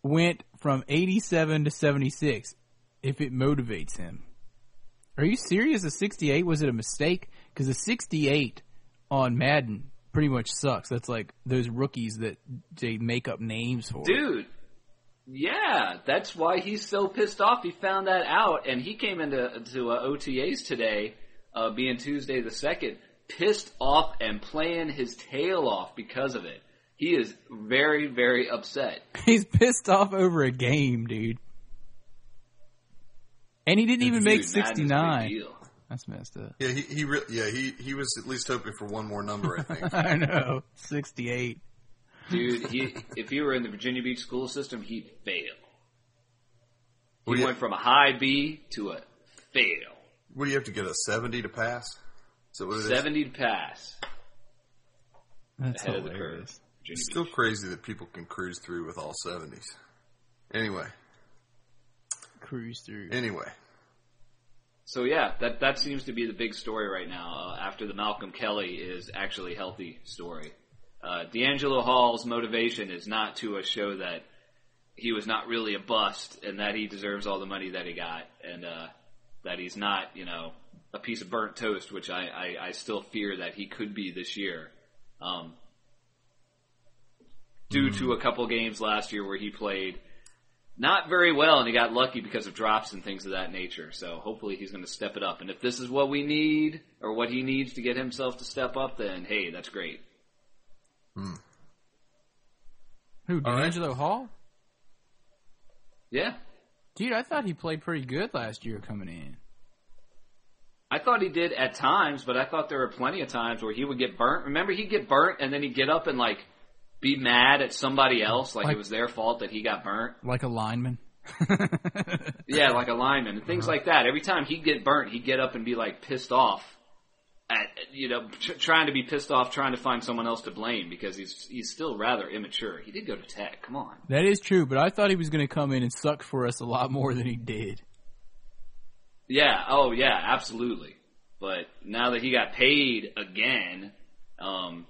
S1: went from 87 to 76 if it motivates him. Are you serious? A 68 was it a mistake? Because a 68 on Madden pretty much sucks. That's like those rookies that they make up names for.
S3: Dude, yeah, that's why he's so pissed off. He found that out, and he came into to uh, OTAs today, uh, being Tuesday the second, pissed off and playing his tail off because of it. He is very, very upset.
S1: He's pissed off over a game, dude. And he didn't even make
S3: Dude, Madden's a big
S1: 69.
S3: deal.
S1: That's messed up.
S2: Yeah, he, he re- yeah he he was at least hoping for one more number. I think.
S1: I know. 68.
S3: Dude, he, if he were in the Virginia Beach school system, he'd fail. He
S2: Well, yeah.
S3: went from a high B to a fail.
S2: what do you have to get a seventy to pass? So what it is?
S3: 70 to pass.
S1: That's
S3: Ahead of the
S1: hilarious.
S3: Virginia
S2: It's
S3: Beach.
S2: still crazy that people can cruise through with all seventies. Anyway,
S1: Cruise through.
S2: anyway,
S3: So yeah, that that seems to be the big story right now. Uh, after the Malcolm Kelly is actually healthy story, uh, D'Angelo Hall's motivation is not to uh, show that he was not really a bust and that he deserves all the money that he got and uh, that he's not, you know, a piece of burnt toast, which I, I, I still fear that he could be this year. Um, due to a couple games last year where he played not very well, and he got lucky because of drops and things of that nature. So hopefully he's going to step it up. And if this is what we need or what he needs to get himself to step up, then hey, that's great.
S1: Who,
S2: right.
S1: D'Angelo Hall?
S3: Yeah,
S1: Dude, I thought he played pretty good last year coming in.
S3: I thought he did at times, but I thought there were plenty of times where he would get burnt. Remember, he'd get burnt and then he'd get up and like be mad at somebody else, like,
S1: Like-
S3: it was their fault that he got burnt.
S1: Like a lineman.
S3: Uh-huh. Yeah, like a lineman and things like that. Every time he'd get burnt, he'd get up and be like pissed off. at you know tr- trying to be pissed off, trying to find someone else to blame because he's he's still rather immature. He did go to tech. Come on.
S1: That is true, but I thought he was going to come in and suck for us a lot more than he did.
S3: Yeah. Oh, yeah. Absolutely. But now that he got paid again, um,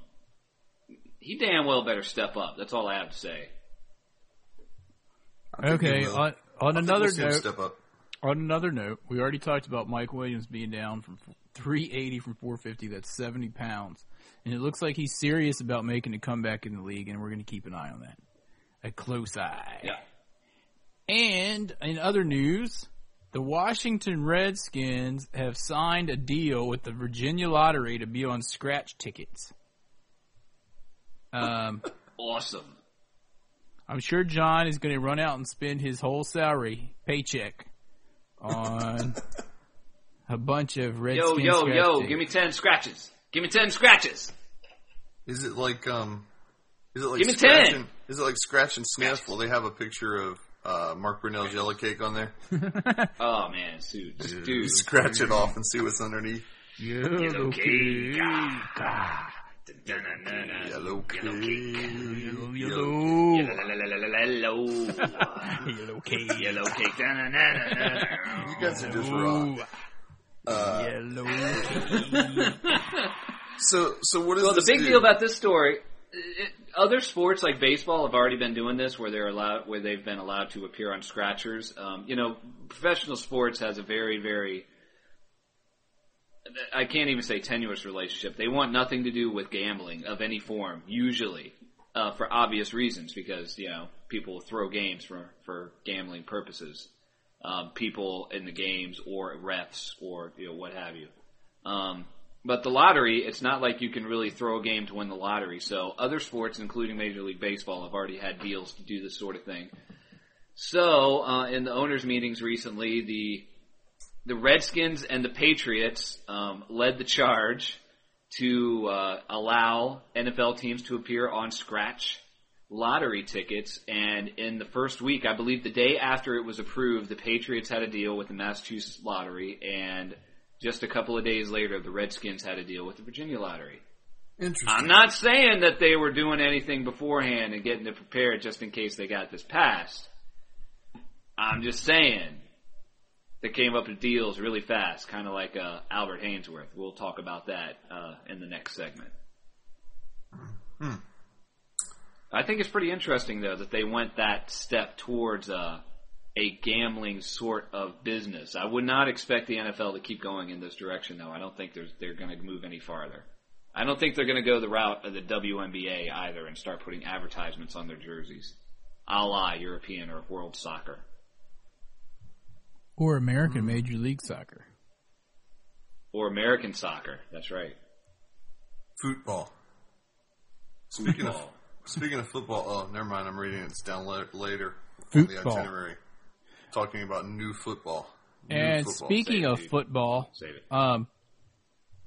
S3: he damn well better step up. That's all I have to say.
S2: I think
S1: Okay.
S2: he will.
S1: On,
S2: I
S1: on
S2: think
S1: another
S2: we'll see him
S1: note,
S2: step up.
S1: on another note, we already talked about Mike Williams being down from 380 from 450. That's 70 pounds, and it looks like he's serious about making a comeback in the league, and we're going to keep an eye on that, a close eye.
S3: Yeah.
S1: And in other news, the Washington Redskins have signed a deal with the Virginia Lottery to be on scratch tickets. Um,
S3: Awesome.
S1: I'm sure John is going to run out and spend his whole salary paycheck on a bunch of
S3: Yo,
S1: Redskins.
S3: yo,
S1: scratch
S3: yo!
S1: tickets.
S3: Give me ten scratches. Give me ten scratches.
S2: Is it like um? Is it like
S3: Give me
S2: scratch
S3: 10.
S2: And, is it like scratch and sniff? Will they have a picture of uh, Mark Brunell's yellow cake on there?
S3: Oh man, dude, dude, dude.
S2: Scratch it off and see what's underneath.
S3: Yellow cake. Ah, ah.
S2: Yellow cake. Yellow,
S3: Yellow.
S1: Yellow cake.
S3: Yellow cake. Da-na-na-na-na.
S2: You guys are just wrong. Uh,
S1: Yellow.
S2: So so what is
S3: Well, the
S2: this
S3: big
S2: do?
S3: deal about this story, it, other sports like baseball have already been doing this, where they're allowed, where they've been allowed to appear on scratchers. Um, you know, professional sports has a very, very, I can't even say tenuous relationship. They want nothing to do with gambling of any form, usually, uh, for obvious reasons, because you know people throw games for for gambling purposes. Um, people in the games or refs or you know what have you. Um, but the lottery, it's not like you can really throw a game to win the lottery. So other sports, including Major League Baseball, have already had deals to do this sort of thing. So uh, in the owners' meetings recently, the the Redskins and the Patriots um, led the charge to uh, allow NFL teams to appear on scratch lottery tickets. And in the first week, I believe the day after it was approved, the Patriots had a deal with the Massachusetts Lottery, and just a couple of days later, the Redskins had a deal with the Virginia Lottery.
S2: Interesting.
S3: I'm not saying that they were doing anything beforehand and getting it prepared just in case they got this passed. I'm just saying they came up with deals really fast, kind of like uh, Albert Hainsworth. We'll talk about that uh, in the next segment. I think it's pretty interesting though that they went that step towards uh, a gambling sort of business. I would not expect the NFL to keep going in this direction though. I don't think there's, they're going to move any farther. I don't think they're going to go the route of the WNBA either and start putting advertisements on their jerseys, a la European or World Soccer.
S1: Or American Major League Soccer.
S3: Or American soccer. That's right.
S2: Football. Speaking of
S3: Football.
S2: speaking of football, oh never mind. I'm reading it. It's down la- later on the
S1: Football.
S2: itinerary. Talking about new football. New
S1: And
S2: football.
S1: speaking
S3: save
S1: of
S3: it.
S1: football,
S3: Save it.
S1: um,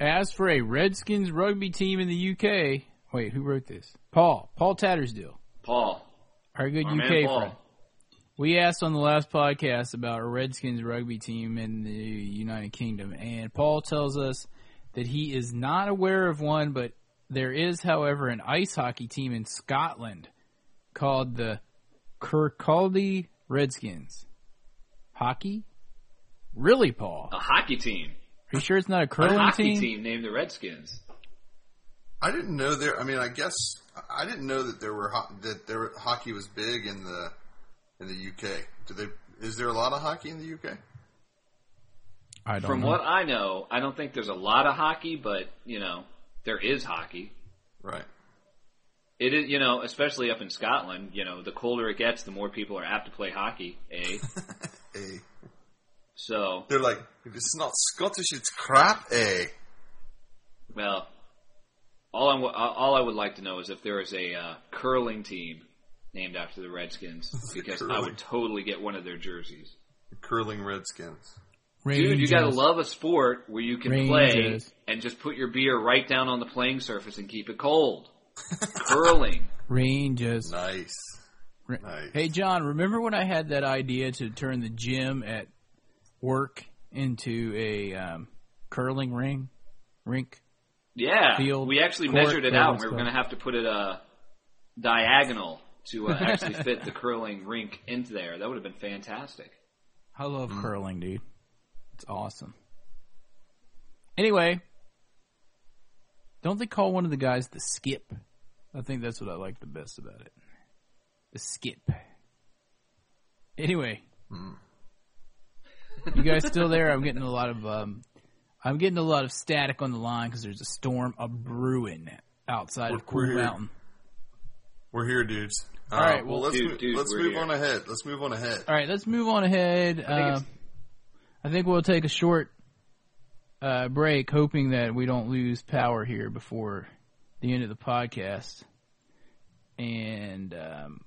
S1: as for a Redskins rugby team in the UK, wait, who wrote this? Paul, Paul Tattersdill,
S3: Paul.
S1: our good
S3: Our man
S1: UK
S3: Paul.
S1: friend. We asked on the last podcast about a Redskins rugby team in the United Kingdom, and Paul tells us that he is not aware of one, but there is, however, an ice hockey team in Scotland called the Kirkcaldy Redskins. Hockey? Really, Paul?
S3: A hockey team.
S1: Are you sure it's not a curling
S3: A hockey
S1: team?
S3: team named the Redskins.
S2: I didn't know there. I mean, I guess I didn't know that there were ho- that there hockey was big in the in the UK. Do they? Is there a lot of hockey in the UK?
S1: I don't
S3: From
S1: know.
S3: what I know, I don't think there's a lot of hockey, but you know, there is hockey.
S2: Right.
S3: It is, you know, especially up in Scotland. You know, the colder it gets, the more people are apt to play hockey. Eh?
S2: Eh.
S3: so,
S2: They're like, if it's not Scottish, it's crap. Eh.
S3: well, all I wa- all I would like to know is if there is a uh, curling team named after the Redskins, because I
S2: Curling.
S3: would totally get one of their jerseys.
S2: Curling Redskins.
S3: Dude, you
S1: Rangers.
S3: gotta love a sport where you can
S1: Rangers.
S3: play and just put your beer right down on the playing surface and keep it cold. Curling.
S1: Rangers.
S2: Nice.
S1: Ra-
S2: Nice.
S1: Hey, John, remember when I had that idea to turn the gym at work into a um, curling ring? Rink?
S3: Yeah,
S1: Field,
S3: we actually
S1: court,
S3: measured it
S1: all
S3: out.
S1: that
S3: We
S1: stuff.
S3: were going to have to put it uh, diagonal to uh, actually fit the curling rink into there. That would have been fantastic.
S1: I love curling, dude. It's awesome. Anyway, don't they call one of the guys the skip? I think that's what I like the best about it. The skip. Anyway, you guys still there? I'm getting a lot of um, I'm getting a lot of static on the line because there's a storm a brewing outside of Cool
S2: We're here.
S1: Mountain.
S2: We're here, dudes. All
S1: All
S2: right,
S1: right,
S2: well, let's
S3: dude,
S2: move,
S3: dude,
S2: let's
S3: we're
S2: move
S3: here.
S2: on ahead. Let's move on ahead.
S1: All right, let's move on ahead. I
S3: it's-
S1: think, I think we'll take a short uh, break, hoping that we don't lose power here before the end of the podcast. And um,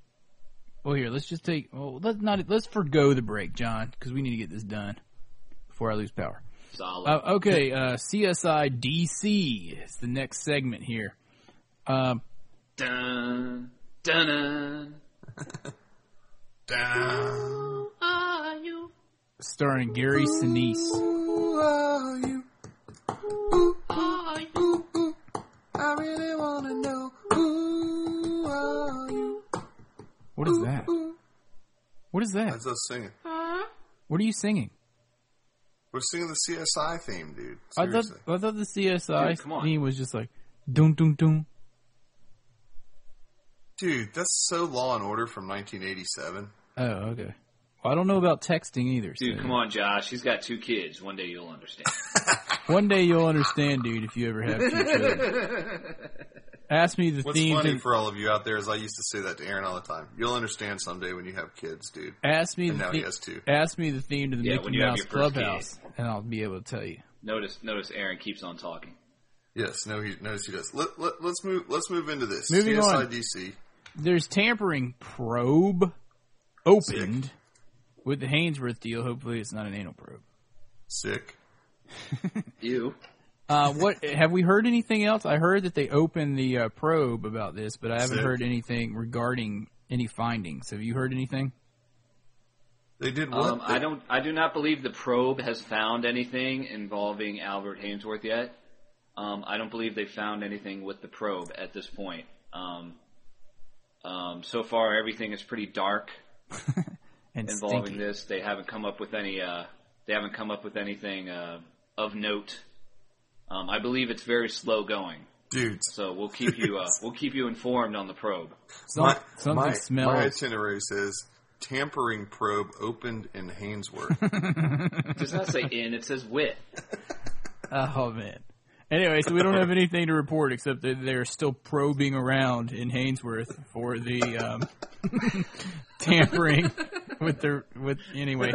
S1: well, here, let's just take. Well, let's not. Let's forgo the break, John, because we need to get this done before I lose power.
S3: Solid.
S1: Uh, okay, uh, CSI DC is the next segment here. Um,
S3: dun dun. dun.
S1: starring Gary Sinise. What is that? What is that?
S2: That's us singing.
S1: What are you singing?
S2: We're singing the CSI theme, dude.
S1: I thought
S2: Seriously.
S1: I thought the CSI
S3: Dude, come on.
S1: theme was just like doom doom doom.
S2: Dude, that's so Law and Order from 1987.
S1: Oh, okay. Well, I don't know about texting either.
S3: Dude,
S1: so-
S3: come on, Josh. He's got two kids. One day you'll understand.
S1: One day you'll understand, dude, if you ever have two children. Ask me the
S2: What's
S1: theme.
S2: funny
S1: To,
S2: for all of you out there is I used to say that to Aaron all the time. You'll understand someday when you have kids, dude.
S1: ask me
S2: And
S1: the
S2: now he
S1: theme,
S2: has two.
S1: ask me the theme to the
S3: Yeah, when
S1: Mickey
S3: you have
S1: Mouse
S3: your first
S1: Clubhouse, and I'll be able to tell you.
S3: notice, notice. Aaron keeps on talking.
S2: Yes, no, he notice he does. Let, let, let's move. Let's move into this.
S1: Moving
S2: CSI
S1: on.
S2: DC.
S1: There's tampering probe opened with the Hainsworth deal. Hopefully, it's not an anal probe.
S2: Sick.
S3: You.
S1: Uh, what have we heard anything else? I heard that they opened the uh, probe about this, but I haven't
S2: Sick.
S1: heard anything regarding any findings. Have you heard anything?
S2: They did what?
S3: Um, I don't. I do not believe the probe has found anything involving Albert Hainsworth yet. Um, I don't believe they found anything with the probe at this point. Um, um, so far, everything is pretty dark
S1: And
S3: involving
S1: stinky.
S3: this. They haven't come up with any. Uh, they haven't come up with anything uh, of note. Um, I believe it's very slow going.
S2: dudes.
S3: So we'll keep you. Uh, we'll keep you informed on the probe.
S1: Some-
S2: my,
S1: something
S2: my,
S1: smells.
S2: My itinerary says tampering probe opened in Hainsworth.
S3: It does not say in. It says with.
S1: Oh man. Anyway, so we don't have anything to report except that they're still probing around in Hainsworth for the um, tampering with the with anyway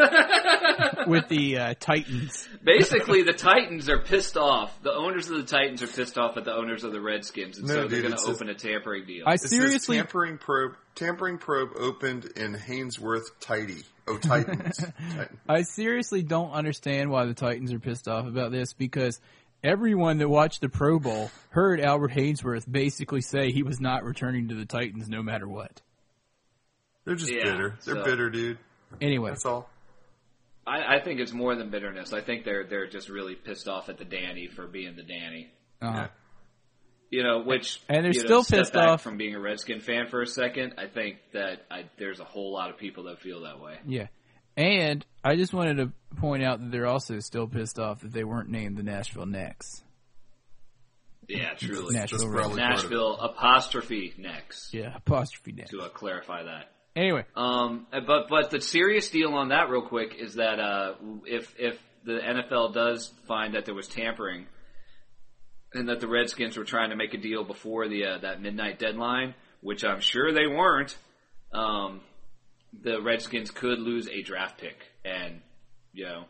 S1: with the uh, Titans.
S3: Basically, the Titans are pissed off. The owners of the Titans are pissed off at the owners of the Redskins, and
S2: No,
S3: so they're
S2: dude,
S3: going
S2: it's
S3: to
S2: just-
S3: open a tampering deal.
S1: I
S2: It says
S1: seriously,
S2: tampering probe. Tampering probe opened in Hainsworth, Tidy. Oh, Titans. Titan.
S1: I seriously don't understand why the Titans are pissed off about this because everyone that watched the Pro Bowl heard Albert Hainsworth basically say he was not returning to the Titans no matter what.
S2: They're just
S3: Yeah,
S2: bitter. They're
S3: so-
S2: bitter, dude.
S1: Anyway,
S2: That's all.
S3: I, I think it's more than bitterness. I think they're they're just really pissed off at the Danny for being the Danny.
S1: uh,
S3: You know, which
S1: And they're
S3: you know,
S1: still
S3: step
S1: pissed
S3: back
S1: off.
S3: from being a Redskin fan for a second. I think that I, there's a whole lot of people that feel that way.
S1: yeah. And I just wanted to point out that they're also still pissed off that they weren't named the Nashville Necks.
S3: Yeah, truly.
S1: Nashville,
S2: That's
S1: Red-
S2: probably part of it.
S3: Nashville apostrophe next
S1: yeah, apostrophe Necks.
S3: to uh, clarify that.
S1: Anyway,
S3: Um, but but the serious deal on that, real quick, is that uh, if if the NFL does find that there was tampering, and that the Redskins were trying to make a deal before the uh, that midnight deadline, which I'm sure they weren't, um, the Redskins could lose a draft pick, and you know.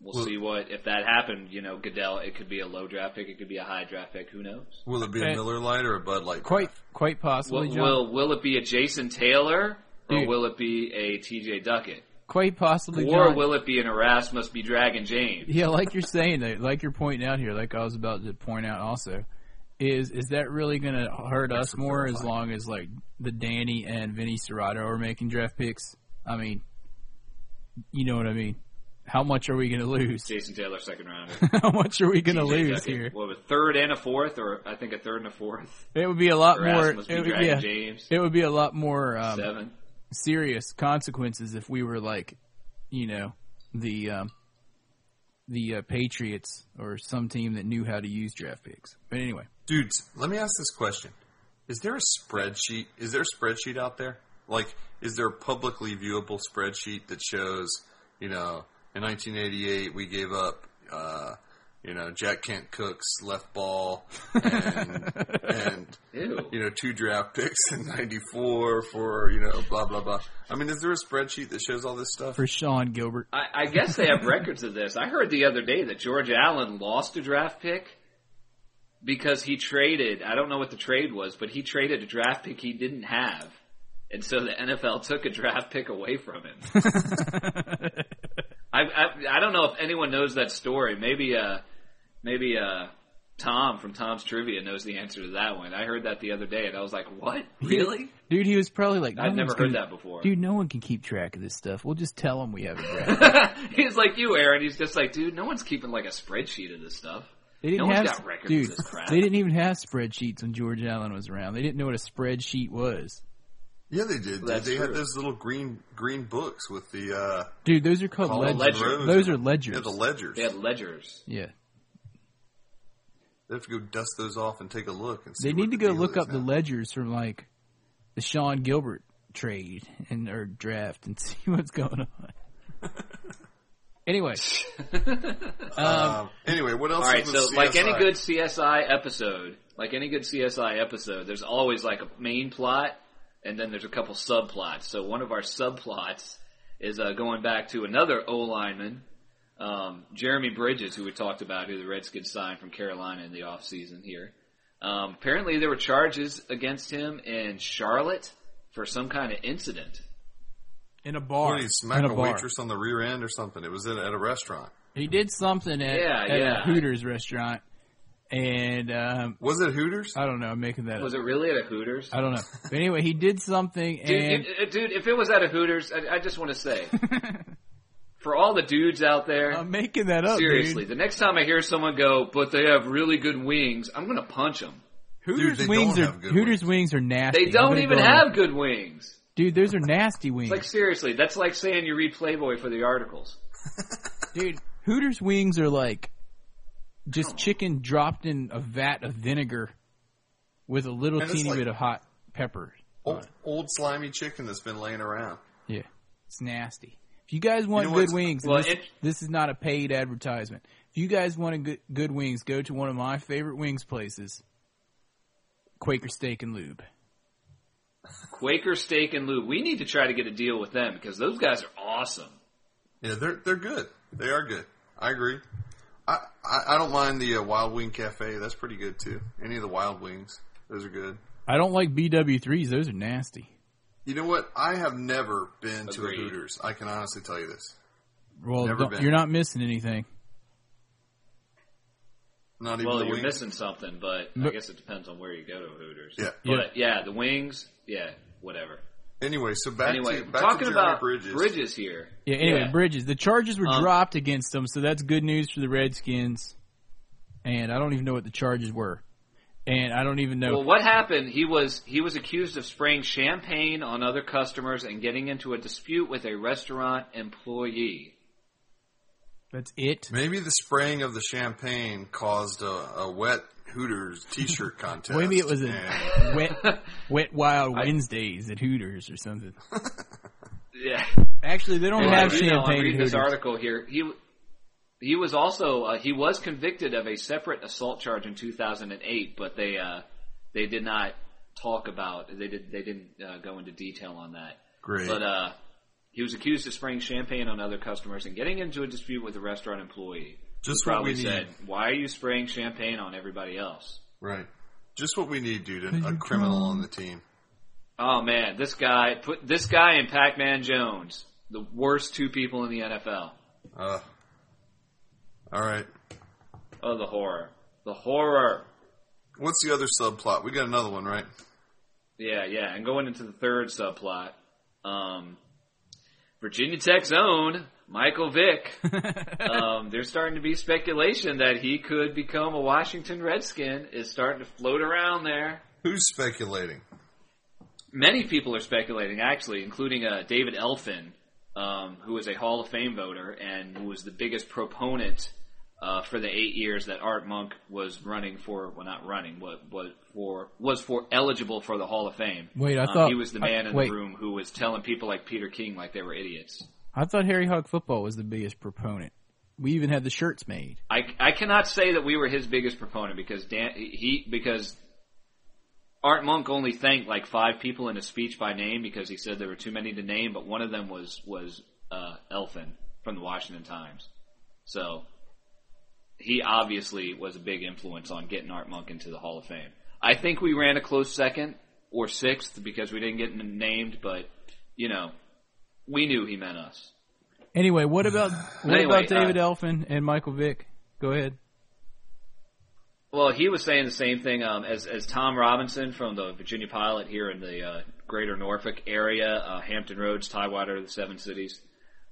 S3: We'll,
S2: Well-
S3: see what if that happened. You know, Goodell. It could be a low draft pick. It could be a high draft pick. Who knows?
S2: Will it be a
S1: Eh.
S2: Miller Lite or a Bud Light?
S1: quite quite possibly,
S3: Will,
S1: John.
S3: will will it be a Jason Taylor or
S1: Dude.
S3: will it be a TJ Duckett?
S1: quite possibly,
S3: Or
S1: John.
S3: will it be an Erasmus be Dragon James?
S1: Yeah, like you're saying, though, like you're pointing out here, like I was about to point out also, is is that really going to hurt us more as long as like the Danny and Vinny Serrato are making draft picks? I mean, you know what I mean. how much are we going to lose?
S3: Jason Taylor, second rounder.
S1: how much are we going to
S3: TJ
S1: lose
S3: Duckett,
S1: here?
S3: What was it, third and a fourth, or I think a third and a fourth?
S1: It would be a lot
S3: Or
S1: more.
S3: Asmus B.
S1: It would,
S3: Dragon
S1: yeah,
S3: James.
S1: it would be a lot more um,
S3: Seven.
S1: serious consequences if we were like, you know, the um, the uh, Patriots or some team that knew how to use draft picks. But anyway,
S2: Dudes, let me ask this question. Is there a spreadsheet? Is there a spreadsheet out there? Like, is there a publicly viewable spreadsheet that shows, you know, in 1988 we gave up, uh, you know, Jack Kent Cook's left ball and, and
S3: Ew.
S2: you know, two draft picks in 94 for, you know, blah, blah, blah. I mean, is there a spreadsheet that shows all this stuff?
S1: for Sean Gilbert,
S3: I, I guess they have records of this. I heard the other day that George Allen lost a draft pick because he traded. I don't know what the trade was, but he traded a draft pick he didn't have, and so the NFL took a draft pick away from him. I, I I don't know if anyone knows that story. Maybe uh maybe uh Tom from Tom's Trivia knows the answer to that one. I heard that the other day, and I was like, "What? Really?"
S1: dude, he was probably like,
S3: I've
S1: no
S3: never
S1: one's
S3: heard
S1: gonna-
S3: that before.
S1: Dude, no one can keep track of this stuff. We'll just tell them we have a draft.
S3: he's like you, Aaron. He's just like, dude, no one's keeping like a spreadsheet of this stuff.
S1: They didn't
S3: no
S1: have
S3: one's got records
S1: dude.
S3: of this crap.
S1: They didn't even have spreadsheets when George Allen was around. They didn't know what a spreadsheet was.
S2: Yeah, they did.
S3: That's
S2: they
S3: true.
S2: had those little green, green books with the, uh,
S1: Dude, those are called
S2: Call
S1: ledgers.
S3: ledger.
S1: Those are ledgers.
S2: yeah, the ledgers.
S3: They had ledgers.
S1: Yeah.
S2: They have to go dust those off and take a look and see.
S1: They
S2: what
S1: need to
S2: the
S1: go
S2: deal
S1: look
S2: is
S1: up the
S2: now.
S1: ledgers from like the Sean Gilbert trade and or draft and see what's going on. anyway, uh,
S2: Um, anyway, what else?
S3: All right,
S2: is
S3: so
S2: with
S3: like any
S2: CSI?
S3: good CSI episode, like any good CSI episode, there's always like a main plot, and then there's a couple subplots. So one of our subplots is uh, going back to another O lineman, um, Jeremy Bridges, who we talked about, who the Redskins signed from Carolina in the offseason here. Um, apparently, there were charges against him in Charlotte for some kind of incident.
S1: in a
S2: What
S1: bar,
S2: did he smack
S1: in
S2: a,
S1: a, bar,
S2: waitress on the rear end or something? It was at, at a restaurant.
S1: he did something at,
S3: Yeah,
S1: at a
S3: yeah.
S1: Hooters restaurant, and um,
S2: Was it Hooters?
S1: I don't know. I'm making that.
S3: Was
S1: up.
S3: it really at a Hooters?
S1: I don't know. But anyway, he did something,
S3: Dude,
S1: and
S3: if, dude, if it was at a Hooters, I, I just want to say, for all the dudes out there,
S1: I'm making that up.
S3: seriously,
S1: dude.
S3: the next time I hear someone go, but they have really good wings, I'm gonna punch them.
S1: Hooters
S2: they don't
S1: wings are
S2: have good
S1: Hooters wings. are nasty.
S3: They
S1: I'm
S3: don't
S1: gonna
S3: even
S1: go-
S3: have good wings.
S1: dude. Those are nasty wings.
S3: It's like seriously, that's like saying you read Playboy for the articles.
S1: Dude, Hooters wings are like
S2: Oh.
S1: just chicken dropped in a vat of vinegar with a little
S2: And it's
S1: teeny
S2: like-
S1: bit of hot pepper.
S2: Old, old slimy chicken that's been laying around.
S1: Yeah, it's nasty. If you guys want
S2: know
S1: good
S2: what's-
S1: wings, and
S3: well,
S1: this,
S3: it-
S1: this is not a paid advertisement. If you guys want a good, good wings, go to one of my favorite wings places, Quaker Steak and Lube.
S3: Quaker Steak and Lube. We need to try to get a deal with them because those guys are awesome.
S2: Yeah, they're they're good. They are good. I agree. I I, I don't mind the uh, Wild Wing Cafe. That's pretty good too. Any of the Wild Wings, those are good.
S1: I don't like BW3s; those are nasty.
S2: You know what? I have never been to a
S3: Agreed.
S2: Hooters. I can honestly tell you this.
S1: Well,
S2: Never
S1: don't-
S2: been.
S1: you're not missing anything.
S2: Not even
S3: Well,
S2: the
S3: you're
S2: wings.
S3: missing something, but I
S1: But-
S3: guess it depends on where you go to Hooters.
S2: Yeah.
S3: But yeah, the wings, yeah, whatever.
S2: Anyway, so back
S3: anyway,
S2: to back
S3: talking
S2: to Jeremy
S3: about
S2: Bridges.
S3: here.
S1: Yeah. Anyway, Bridges. The charges were
S3: Um,
S1: dropped against him, so that's good news for the Redskins. And I don't even know what the charges were, and I don't even know.
S3: Well, what happened? He was he was accused of spraying champagne on other customers and getting into a dispute with a restaurant employee.
S1: that's it.
S2: Maybe the spraying of the champagne caused a, a wet Hooters T-shirt contest.
S1: Maybe it was a
S2: and-
S1: wet, wet wild Wednesdays at Hooters or something.
S3: Yeah,
S1: Actually, they don't
S3: And
S1: have
S3: I do know, I'm
S1: champagne at
S3: reading
S1: Hooters.
S3: this article here. He he was also uh, he was convicted of a separate assault charge in 2008, but they uh, they did not talk about they did they didn't uh, go into detail on that.
S2: Great.
S3: But uh, he was accused of spraying champagne on other customers and getting into a dispute with a restaurant employee.
S2: Just
S3: who
S2: what we
S3: probably
S2: need.
S3: said, "Why are you spraying champagne on everybody else?"
S2: Right. Just what we need, dude. A, a criminal on the team.
S3: Oh man, this guy put this guy and Pac-Man Jones, the worst two people in the NFL.
S2: Uh, all right.
S3: Oh, the horror, the horror.
S2: What's the other subplot? We got another one, right?
S3: Yeah, yeah. And going into the third subplot, um, Virginia Tech's own Michael Vick. um, there's starting to be speculation that he could become a Washington Redskin. Is starting to float around there.
S2: Who's speculating?
S3: Many people are speculating, actually, including uh, David Elfin, um, who is a Hall of Fame voter and who was the biggest proponent uh, for the eight years that Art Monk was running for, well, not running, what was for was for eligible for the Hall of Fame.
S1: Wait, I
S3: Um,
S1: thought-
S3: he was the
S1: I-
S3: man in
S1: wait.
S3: the room who was telling people like Peter King like they were idiots.
S1: I thought Harry Hog football was the biggest proponent. We even had the shirts made.
S3: I, I cannot say that we were his biggest proponent because Dan he because Art Monk only thanked like five people in a speech by name because he said there were too many to name, but one of them was was uh, Elfin from the Washington Times. So he obviously was a big influence on getting Art Monk into the Hall of Fame. I think we ran a close second or sixth because we didn't get n- named, but you know we knew he meant us.
S1: Anyway, what about what
S3: Anyway,
S1: about David
S3: uh,
S1: Elfin and Michael Vick? Go ahead.
S3: Well, he was saying the same thing um, as as Tom Robinson from the Virginia Pilot here in the uh, Greater Norfolk area, uh, Hampton Roads, Tidewater, the Seven Cities.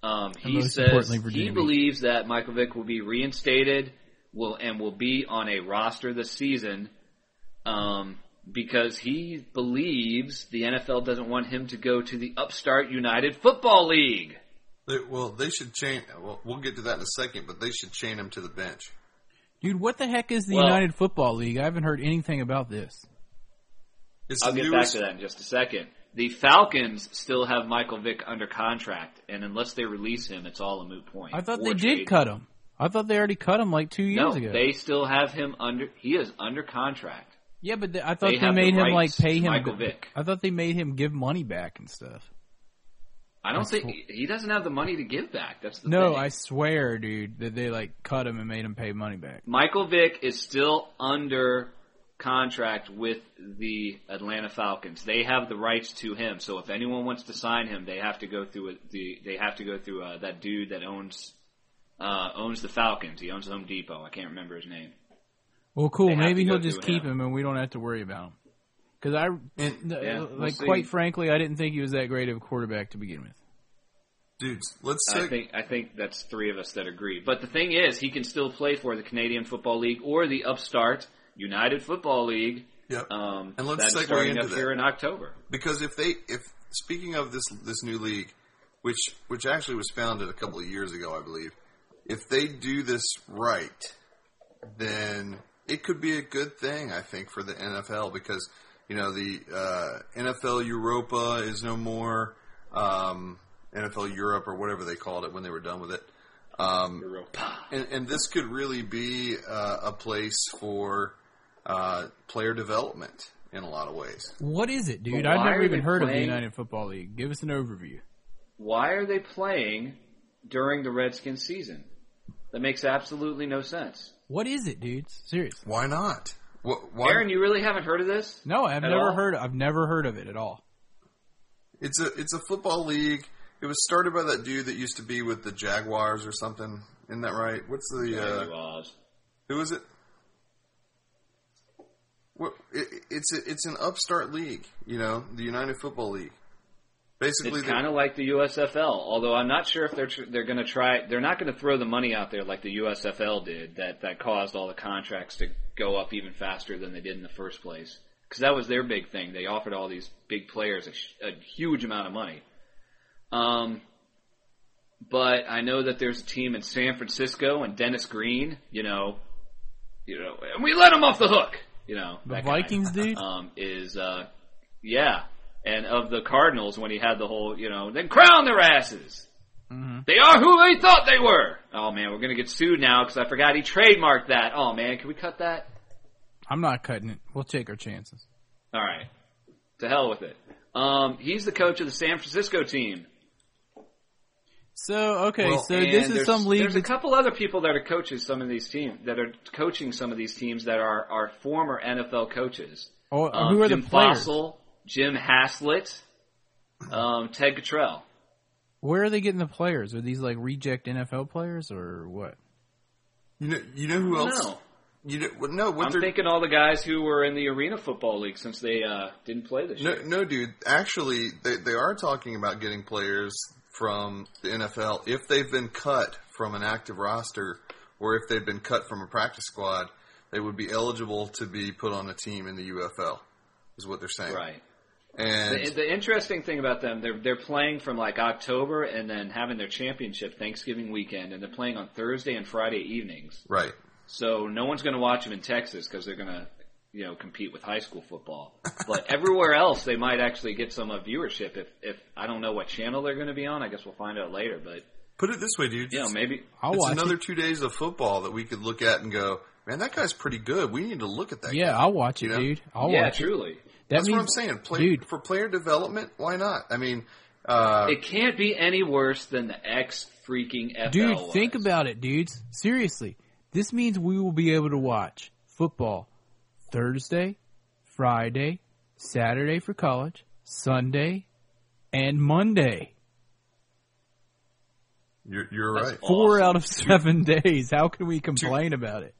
S3: Um,
S1: And
S3: he
S1: most
S3: says
S1: importantly,
S3: he
S1: Virginia.
S3: believes that Michael Vick will be reinstated, will and will be on a roster this season, um, because he believes the NFL doesn't want him to go to the upstart United Football League.
S2: They, well, they should chain. Well, we'll get to that in a second, but they should chain him to the bench.
S1: Dude, what the heck is the
S3: Well-
S1: United Football League? I haven't heard anything about this.
S2: It's
S3: I'll
S2: the
S3: get back
S2: newest-
S3: to that in just a second. The Falcons still have Michael Vick under contract, and unless they release him, it's all a moot point.
S1: I thought
S3: Or
S1: they did
S3: trade
S1: cut him. I thought they already cut him like two
S3: him.
S1: years
S3: No,
S1: ago.
S3: they still have him under. He is under contract.
S1: yeah, but they, I thought they,
S3: they have the
S1: made him like
S3: rights
S1: pay
S3: to
S1: him.
S3: Michael Vick.
S1: I thought they made him give money back and stuff.
S3: I don't
S1: That's
S3: think
S1: cool.
S3: he doesn't have the money to give back. That's the
S1: No,
S3: thing.
S1: I swear, dude, that they like cut him and made him pay money back.
S3: Michael Vick is still under contract with the Atlanta Falcons. They have the rights to him. So if anyone wants to sign him, they have to go through a, the they have to go through uh, that dude that owns uh, owns the Falcons. He owns Home Depot. I can't remember his name.
S1: Well, cool.
S3: They have
S1: Maybe
S3: to go
S1: he'll just
S3: through
S1: keep
S3: him.
S1: him, and we don't have to worry about him. Because I, n- uh,
S3: yeah,
S1: like,
S3: we'll see.
S1: quite frankly, I didn't think he was that great of a quarterback to begin with.
S2: dudes. Let's
S3: I
S2: seg-
S3: think I think that's three of us that agree. But the thing is, he can still play for the Canadian Football League or the upstart United Football League.
S2: Yep.
S3: Um,
S2: And let's
S3: that's
S2: segue
S3: starting
S2: into
S3: up
S2: that.
S3: here in October.
S2: because if they if speaking of this this new league, which which actually was founded a couple of years ago, I believe. If they do this right, then it could be a good thing, I think, for the NFL because you know the uh, NFL Europa is no more um, NFL Europe or whatever they called it when they were done with it. Um, and, and this could really be uh, a place for uh, player development in a lot of ways.
S1: What is it, dude?
S3: But why
S1: I've never
S3: are
S1: even
S3: they
S1: heard of the
S3: playing-
S1: United Football League. Give us an overview.
S3: Why are they playing during the Redskins season? That makes absolutely no sense.
S1: What is it, dudes? Seriously?
S2: Why not? What, why?
S3: Aaron, you really haven't heard of this?
S1: No, I've
S3: At
S1: never
S3: all?
S1: heard. I've never heard of it at all.
S2: it's a it's a football league. It was started by that dude that used to be with the Jaguars or something. Isn't that right? What's
S3: Thank
S2: the
S3: you,
S2: uh,
S3: Oz.
S2: who is it? What, it, it's a, it's an upstart league, you know, the United Football League. Basically,
S3: It's
S2: the-
S3: kind of like the USFL, although I'm not sure if they're tr- they're going to try. They're not going to throw the money out there like the USFL did. That that caused all the contracts to go up even faster than they did in the first place. Because that was their big thing. They offered all these big players a, sh- a huge amount of money. Um, but I know that there's a team in San Francisco and Dennis Green. You know, you know, and we let him off the hook. You know,
S1: The
S3: that guy
S1: Vikings, dude.
S3: um, is uh, yeah, and of the Cardinals when he had the whole you know then crown their asses.
S1: Mm-hmm.
S3: They are who they thought they were. Oh man, we're gonna get sued now because I forgot he trademarked that. Oh man, can we cut that?
S1: I'm not cutting it. We'll take our chances.
S3: All right, to hell with it. Um, he's the coach of the San Francisco team.
S1: So okay,
S2: Well,
S1: so
S3: And
S1: this is
S3: there's-
S1: some league.
S3: There's a
S1: That's,
S3: couple other people that are coaches some of these teams that are coaching some of these teams that are are former NFL coaches.
S1: oh,
S3: Um,
S1: who are
S3: Jim
S1: the players?
S3: Fossil, Jim Haslett, um, Ted Cottrell.
S1: Where are they getting the players? Are these like reject NFL players or what?
S2: you know you know who else
S3: No.
S2: you know, well, no what
S3: I'm
S2: they're
S3: thinking all the guys who were in the Arena Football League since they uh, didn't play this
S2: no
S3: year.
S2: no dude actually they they are talking about getting players from the NFL if they've been cut from an active roster or if they've been cut from a practice squad, they would be eligible to be put on a team in the UFL, is what they're saying.
S3: Right.
S2: And
S3: The, the interesting thing about them, they're they're playing from like October and then having their championship Thanksgiving weekend, and they're playing on Thursday and Friday evenings.
S2: right.
S3: So no one's going to watch them in Texas because they're going to you know compete with high school football. But everywhere else, they might actually get some uh, viewership if if I don't know what channel they're going to be on. I guess we'll find out later. But
S2: Put it this way, dude.
S3: you know, maybe
S1: I'll
S2: it's
S1: watch
S2: another
S1: it.
S2: two days of football that we could look at and go, man, that guy's pretty good. We need to look at that. guy."
S1: Yeah, I'll watch it,
S2: You know?
S1: dude. I'll
S3: yeah,
S1: watch it.
S3: truly.
S1: That
S2: That's
S1: means,
S2: what I'm saying. Play,
S1: dude.
S2: For player development, why not? I mean, uh,
S3: It can't be any worse than the X freaking FL.
S1: Dude, think
S3: was.
S1: about it, dudes. Seriously, this means we will be able to watch football Thursday, Friday, Saturday for college, Sunday, and Monday.
S2: you're, you're
S3: That's
S2: right.
S1: Four
S3: Awesome.
S1: out of seven days. How can we complain about it?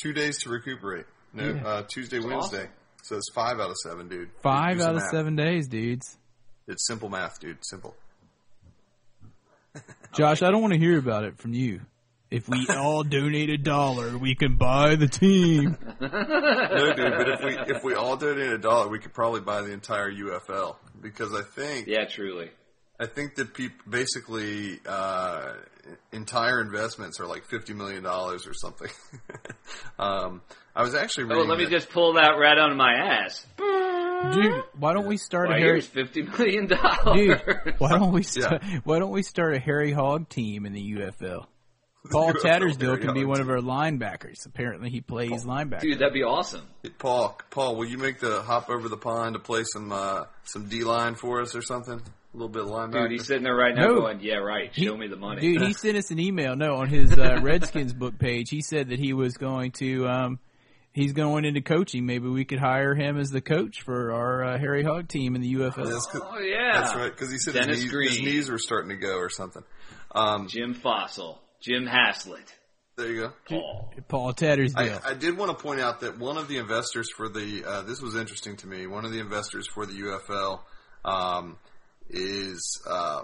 S2: Two days to recuperate. No,
S1: Yeah.
S2: uh, Tuesday, Wednesday. So it's five out of seven, dude.
S1: Five
S2: Do some
S1: out of
S2: math.
S1: seven days, dudes.
S2: It's simple math, dude. Simple.
S1: Josh, I don't want to hear about it from you. If we all donate a dollar, we can buy the team.
S2: No, dude. But if we if we all donated a dollar, we could probably buy the entire UFL because I think
S3: Yeah, truly.
S2: I think that peop basically uh, entire investments are like fifty million dollars or something. um, I was actually
S3: Oh,
S2: reading
S3: let me
S2: that-
S3: just pull that right out of my ass.
S1: Dude, why don't we start
S3: Why,
S1: a Harry
S3: here's fifty million dollars.
S1: Dude, why don't we start, why don't we start a Harry Hog team in the UFL? Paul
S2: UFL
S1: Tattersdale can
S2: Harry
S1: be
S2: Hog
S1: one of our linebackers. Apparently, he plays linebacker.
S3: Dude, that'd be awesome.
S2: Paul, Paul, will you make the hop over the pond to play some uh, some D line for us or something? A little bit of linebacker.
S3: Dude, he's sitting there right now
S1: No.
S3: going, "Yeah, right.
S1: He-
S3: Show me the money."
S1: Dude, he sent us an email. No, on his uh, Redskins book page, he said that he was going to um, he's going into coaching. Maybe we could hire him as the coach for our uh, Harry Hog team in the UFL.
S2: That's 'cause-
S3: oh yeah,
S2: That's right, because he said his
S3: Dennis
S2: knees,
S3: Green,
S2: his knees were starting to go or something. Um,
S3: Jim Fossil, Jim Haslett,
S2: there you go.
S3: Paul.
S1: Paul Tattersdale.
S2: I, I did want to point out that one of the investors for the uh, this was interesting to me. One of the investors for the UFL um, is uh,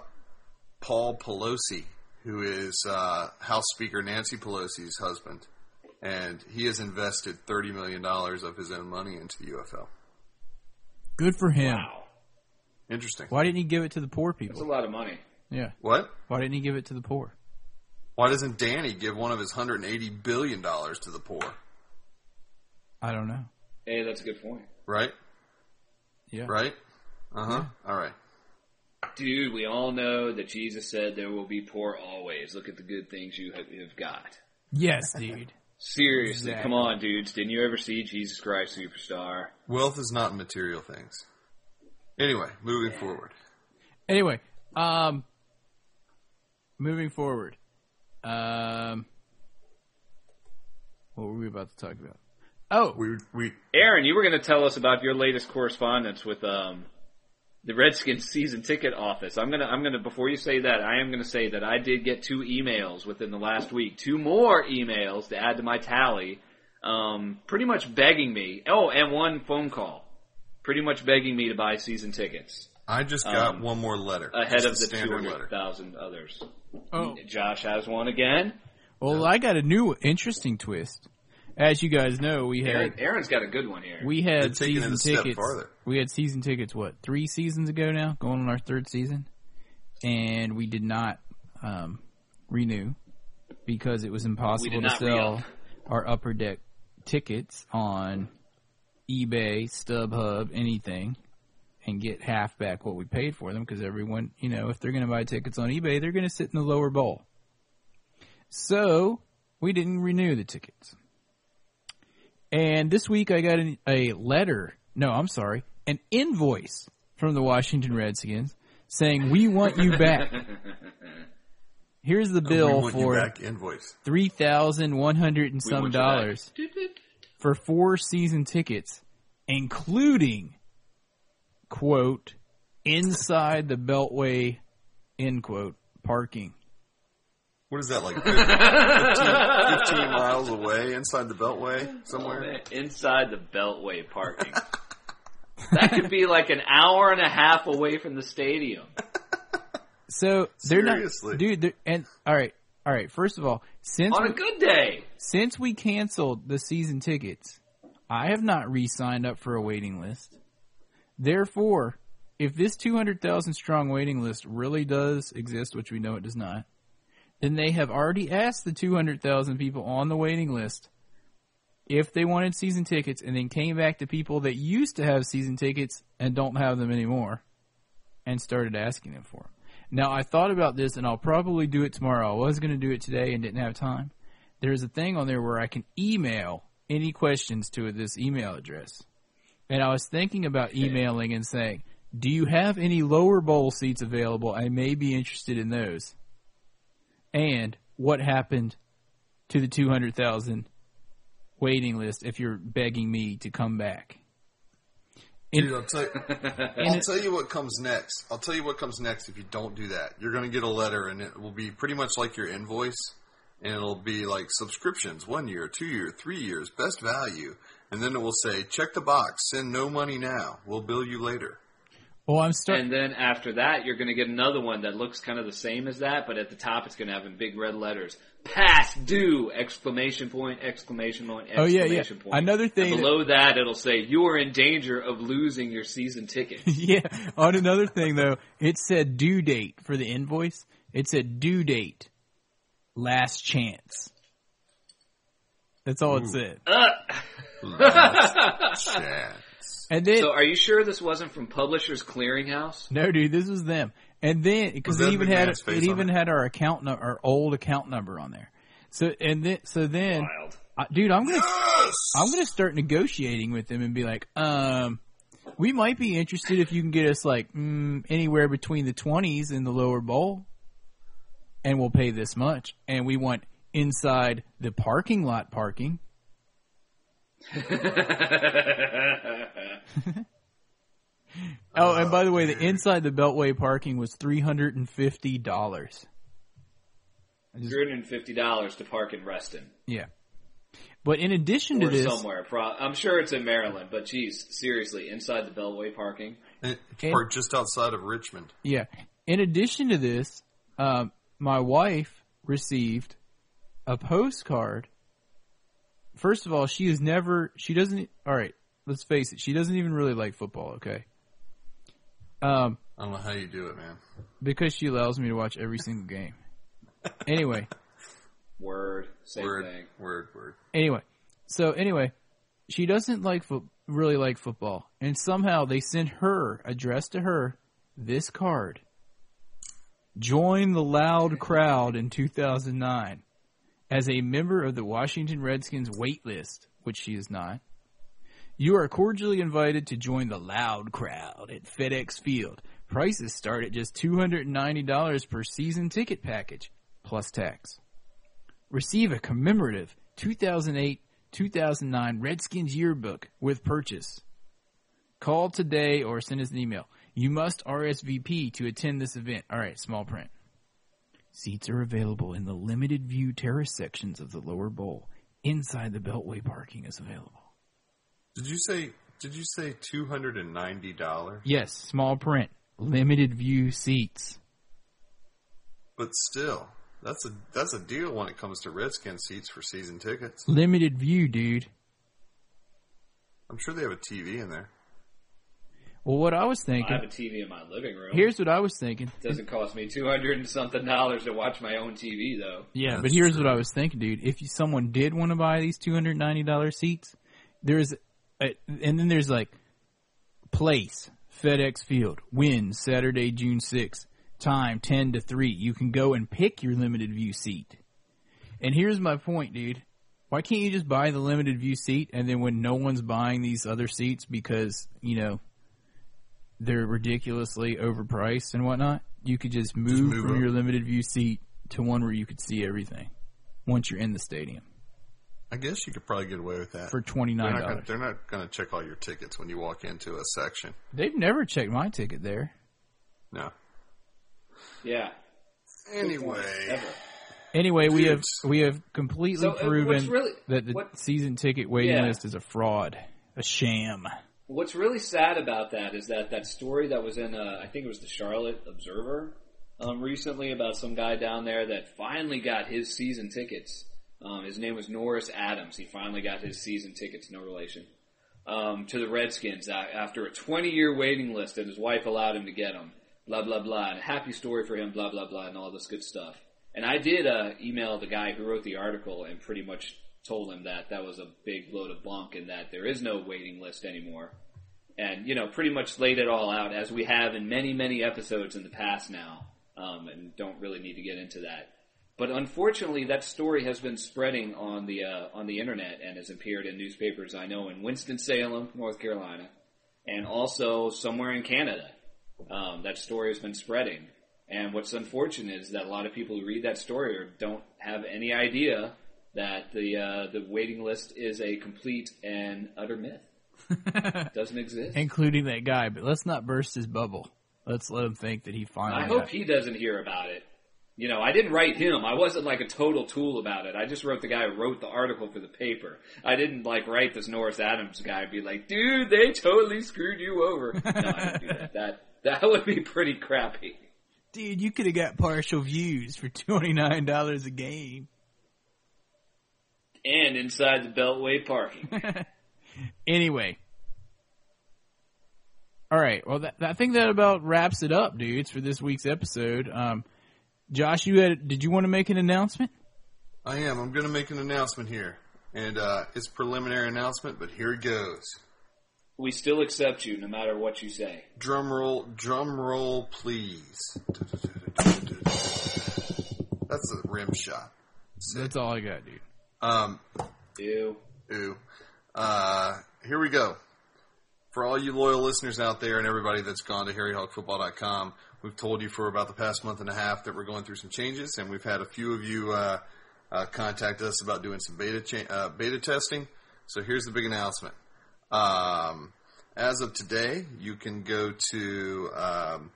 S2: Paul Pelosi, who is uh, House Speaker Nancy Pelosi's husband, and he has invested thirty million dollars of his own money into the UFL.
S1: Good for him.
S3: Wow,
S2: Interesting.
S1: Why didn't he give it to the poor
S3: that's a
S1: people?
S3: lot of money.
S1: Yeah.
S2: What?
S1: Why didn't he give it to the poor?
S2: Why doesn't Danny give one of his hundred and eighty billion dollars to the poor?
S1: I don't know.
S3: Hey, that's a good point,
S2: Right?
S1: Yeah.
S2: Right? Uh huh. All right.
S3: dude. We all know that Jesus said there will be poor always. Look at the good things you have, have got.
S1: Yes, dude.
S3: Seriously,
S1: Exactly.
S3: come on, dudes. Didn't you ever see Jesus Christ Superstar?
S2: Wealth is not material things. Anyway, moving forward.
S1: Anyway, um, moving forward, um, what were we about to talk about? Oh,
S2: We we
S3: Aaron, you were going to tell us about your latest correspondence with um, the Redskins season ticket office. I'm gonna, I'm gonna. Before you say that, I am gonna say that I did get two emails within the last week. Two more emails to add to my tally, um, pretty much begging me. Oh, and one phone call, pretty much begging me to buy season tickets
S2: I just got
S3: Um,
S2: one more letter.
S3: ahead
S2: Just
S3: of
S2: a
S3: the two
S2: standard
S3: hundred
S2: letter.
S3: thousand others.
S1: oh,
S3: Josh has one again.
S1: well, I got a new interesting twist. As you guys know, we
S3: Aaron,
S1: had
S3: Aaron's got a good one here.
S1: we
S2: They're
S1: had
S2: taking it
S1: season
S2: a step
S1: tickets.
S2: farther.
S1: We had season tickets. What three seasons ago now? Going on our third season, and we did not um, renew because it was impossible to
S3: not
S1: sell
S3: re-up.
S1: our upper deck tickets on eBay, StubHub, anything, and get half back what we paid for them because everyone, you know, if they're going to buy tickets on eBay, they're going to sit in the lower bowl. So we didn't renew the tickets. And this week I got an, a letter, no, I'm sorry, an invoice from the Washington Redskins saying, We want you back. Here's the
S2: we
S1: bill
S2: want you
S1: for
S2: back invoice.
S1: three thousand one hundred and some
S3: want you back.
S1: dollars for four season tickets, including quote inside the beltway end quote parking.
S2: What is that like? 15, 15 miles away inside the beltway somewhere.
S3: Oh, Man, Inside the Beltway parking. that could be like an hour and a half away from the stadium.
S1: So they're
S2: Seriously.
S1: not, dude. They're, and all right, all right. First of all, since
S3: On
S1: we,
S3: a good day.
S1: since we canceled the season tickets, I have not re-signed up for a waiting list. Therefore, if this two hundred thousand strong waiting list really does exist, which we know it does not, then they have already asked the two hundred thousand people on the waiting list if they wanted season tickets, and then came back to people that used to have season tickets and don't have them anymore, and started asking them for them. Now I thought about this, and I'll probably do it tomorrow. I was going to do it today and didn't have time there's a thing on there where I can email any questions to this email address. And I was thinking about emailing and saying, "Do you have any lower bowl seats available? I may be interested in those." And what happened to the 200,000 waiting list if you're begging me to come back? In-
S2: Dude, I'll tell, you, I'll tell you what comes next. I'll tell you what comes next if you don't do that. You're going to get a letter, and it will be pretty much like your invoice, and it'll be like subscriptions one year, two year, three years, best value, and then it will say check the box, send no money now, we'll bill you later.
S1: Well, I'm starting.
S3: And then after that, you're going to get another one that looks kind of the same as that, but at the top it's going to have in big red letters, pass due! Exclamation point, exclamation point,
S1: Oh,
S3: exclamation
S1: yeah, yeah.
S3: point.
S1: Another thing
S3: And below that, it'll say, you are in danger of losing your season ticket.
S1: yeah. On another thing though, it said due date for the invoice. It said due date, last chance. That's all it said.
S2: Hmm, Chats.
S1: And then
S3: so are you sure this wasn't from Publishers Clearinghouse?
S1: no, dude, this was them. And then because
S2: Was
S1: it
S2: that
S1: even
S2: Big
S1: had
S2: Man's
S1: it
S2: face on
S1: even
S2: it?
S1: had our account nu- our old account number on there. So and then so then,
S3: Wild.
S1: I, dude, I'm gonna I'm gonna start negotiating with them and be like, um, we might be interested if you can get us like mm, anywhere between the twenties in the lower bowl, and we'll pay this much, and we want inside the parking lot parking. Oh, and by the way, the inside the Beltway parking was three hundred and fifty dollars.
S3: $150 to park in Reston.
S1: Yeah, but in addition to
S3: Or
S1: this,
S3: somewhere. Pro- I'm sure it's in Maryland, but geez, seriously, inside the Beltway parking.
S2: And Or just outside of Richmond.
S1: Yeah. In addition to this, um, my wife received a postcard. First of all, she is never. She doesn't. All right. Let's face it. She doesn't even really like football. Okay. Um,
S2: I don't know how you do it, man.
S1: because she allows me to watch every single game. Anyway.
S3: Word, same
S2: Word,
S3: thing.
S2: word, word.
S1: Anyway, so anyway, she doesn't like fo- really like football, and somehow they sent her addressed to her this card. Join the loud crowd in 2009 as a member of the Washington Redskins wait list, which she is not. You are cordially invited to join the loud crowd at FedEx Field. Prices start at just $290 per season ticket package plus tax receive a commemorative 2008 2009 Redskins yearbook with purchase. Call today or send us an email. You must RSVP to attend this event. All right, small print. Seats are available in the limited view terrace sections of the lower bowl. Inside the Beltway parking is available.
S2: Did you say? Did you say two hundred and ninety dollars?
S1: Yes, small print. Limited view seats.
S2: But still, that's a that's a deal when it comes to Redskin seats for season tickets.
S1: Limited view, dude.
S2: I'm sure they have a TV in there.
S1: Well, what I was
S3: I have a
S1: thinking,
S3: TV in my living room.
S1: here's what I was thinking.
S3: Doesn't cost me two hundred and something dollars to watch my own TV though.
S1: Yeah, but
S2: That's
S1: here's what I was thinking, dude. If you, someone did want to buy these two hundred ninety dollars seats, there's, a, and then there's like, place FedEx Field, win Saturday June sixth, time ten to three. You can go and pick your limited view seat. And here's my point, dude. Why can't you just buy the limited view seat and then when no one's buying these other seats because you know they're ridiculously overpriced and whatnot, you could just move,
S2: move
S1: from
S2: up.
S1: your limited view seat to one where you could see everything once you're in the stadium
S2: I guess you could probably get away with that.
S1: for twenty
S2: they're
S1: nine
S2: not gonna,
S1: dollars.
S2: they're not going to check all your tickets when you walk into a section.
S1: They've never checked my ticket there.
S2: No.
S3: Yeah.
S2: Anyway,
S3: Ever.
S1: Anyway, we have
S2: Dudes.
S1: we have completely
S3: So, uh, what's
S1: proven
S3: really-
S1: that the
S3: what-
S1: season ticket waiting
S3: Yeah.
S1: list is a fraud, a sham.
S3: What's really sad about that is that that story that was in uh, I think it was the Charlotte Observer um, recently about some guy down there that finally got his season tickets. Um, his name was Norris Adams. He finally got his season tickets, no relation, um, to the Redskins a- after a 20 year waiting list that his wife allowed him to get them. Blah, blah, blah. And a happy story for him, blah, blah, blah, and all this good stuff. And I did uh, email the guy who wrote the article and pretty much told him that that was a big load of bunk and that there is no waiting list anymore and you know pretty much laid it all out as we have in many many episodes in the past now um, and don't really need to get into that but unfortunately that story has been spreading on the uh, on the internet and has appeared in newspapers i know in winston-salem north carolina and also somewhere in canada um, that story has been spreading and what's unfortunate is that a lot of people who read that story or don't have any idea that the uh, the waiting list is a complete and utter myth doesn't exist
S1: including that guy. But let's not burst his bubble. Let's let him think that he finally.
S3: I hope
S1: got-
S3: he doesn't hear about it. You know, I didn't write him. I wasn't like a total tool about it. I just wrote the guy who wrote the article for the paper. I didn't like write this Norris Adams guy and be like, dude, they totally screwed you over. No, I didn't do that. That, that would be pretty crappy.
S1: Dude, you could have got partial views for twenty nine dollars a game.
S3: And inside the Beltway parking.
S1: Anyway. All right. Well, that, I think that about wraps it up, dudes, for this week's episode. Um, Josh, you had, did you want to make an announcement?
S2: I am. I'm going to make an announcement here, and uh, it's preliminary announcement, but here it goes.
S3: We still accept you no matter what you say.
S2: Drum roll, drum roll, please. That's a rim shot.
S1: That's all I got, dude.
S2: Um,
S3: Ew.
S2: Ooh. Uh, here we go. For all you loyal listeners out there and everybody that's gone to HarryHawkFootball.com, we've told you for about the past month and a half that we're going through some changes, and we've had a few of you uh, uh, contact us about doing some beta cha- uh, beta testing. So here's the big announcement. Um, as of today, you can go to. Um,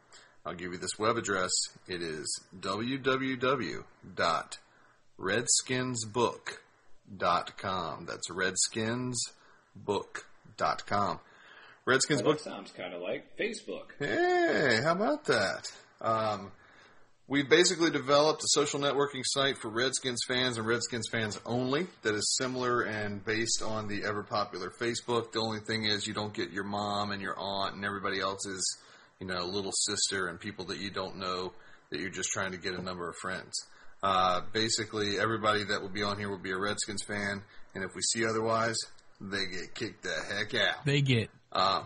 S2: I'll give you this web address. It is www.redskinsbook.com redskinsbook.com. That's redskinsbook.com. Redskins
S3: Well,
S2: Book.
S3: that sounds kind of like Facebook.
S2: Hey, how about that? Um, we basically developed a social networking site for Redskins fans and Redskins fans only that is similar and based on the ever popular Facebook. The only thing is you don't get your mom and your aunt and everybody else's, you know, little sister and people that you don't know that you're just trying to get a number of friends. Uh, basically, everybody that will be on here will be a Redskins fan, and if we see otherwise, they get kicked the heck out.
S1: They get
S2: Um,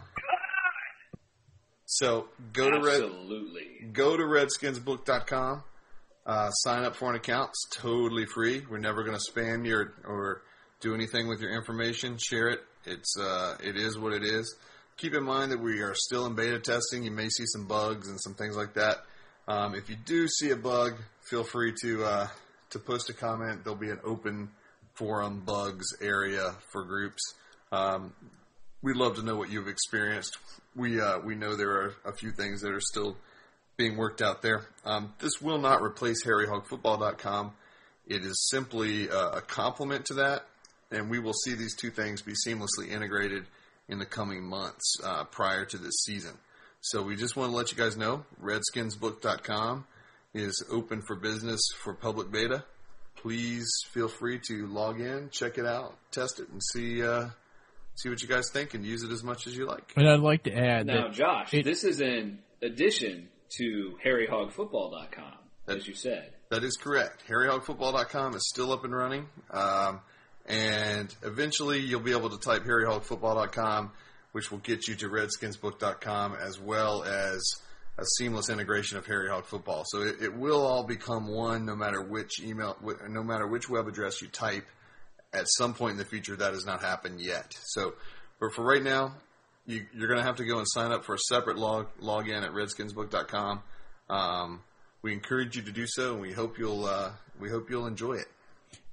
S2: so go to Red
S3: Absolutely.
S2: go to redskinsbook.com uh, sign up for an account it's totally free we're never going to spam you or, or do anything with your information share it it's uh, it is what it is keep in mind that we are still in beta testing you may see some bugs and some things like that um, if you do see a bug feel free to uh, to post a comment there'll be an open forum bugs area for groups um, we'd love to know what you've experienced we uh, we know there are a few things that are still being worked out there. Um, this will not replace HarryHogFootball.com. It is simply uh, a complement to that, and we will see these two things be seamlessly integrated in the coming months uh, prior to this season. So we just want to let you guys know RedskinsBook.com is open for business for public beta. Please feel free to log in, check it out, test it, and see uh, see what you guys think, and use it as much as you like.
S1: And I'd like to add
S3: Now,
S1: that
S3: Josh,
S1: it-
S3: this is in addition to HarryHogFootball.com, as you said.
S2: That is correct. HarryHogFootball.com is still up and running. Um, and eventually you'll be able to type HarryHogFootball.com, which will get you to RedskinsBook.com as well as a seamless integration of Harry Hog Football. So it, it will all become one no matter which email, wh- no matter which web address you type. At some point in the future, that has not happened yet. So, but for right now, you, you're going to have to go and sign up for a separate log login at RedskinsBook.com. Um, we encourage you to do so, and we hope you'll uh, we hope you'll enjoy it.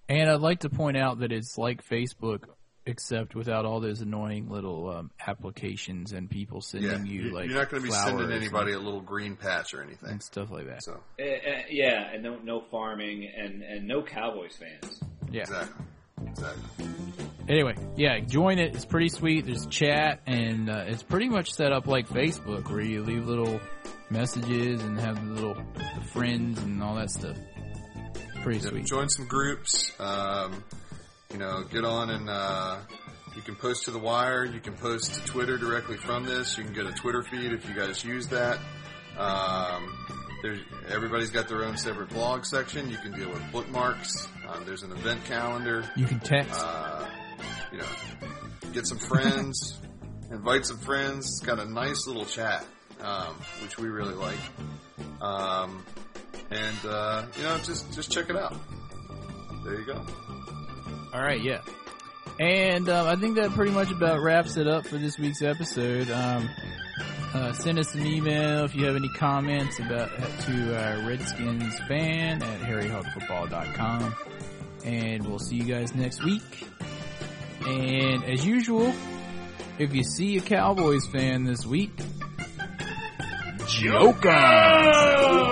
S1: and I'd like to point out that it's like Facebook except without all those annoying little um, applications and people sending you like
S2: are not going to be sending
S1: flowers
S2: anybody
S1: and,
S2: a little green patch or anything.
S1: and stuff like that.
S2: So
S3: Uh, uh, yeah, and no, no farming and, and no Cowboys fans.
S1: yeah.
S2: exactly, exactly.
S1: Anyway, yeah, join it. It's pretty sweet. There's chat, and uh, it's pretty much set up like Facebook, where you leave little messages and have the little the friends and all that stuff. Pretty
S2: Yeah,
S1: sweet.
S2: join some groups. Um, you know, get on and uh, you can post to the wire. You can post to Twitter directly from this. You can get a Twitter feed if you guys use that. Um, there's, everybody's got their own separate blog section. You can deal with bookmarks. Um, there's an event calendar.
S1: You can text.
S2: Uh, you know, get some friends, invite some friends. It's got a nice little chat, um, which we really like. Um, and uh, you know, just just check it out. There you go.
S1: All right, yeah. And um, I think that pretty much about wraps it up for this week's episode. Um, uh, send us an email if you have any comments about to uh, Redskins fan at harryhogfootball.com. And we'll see you guys next week. And as usual, if you see a Cowboys fan this week, joke 'em!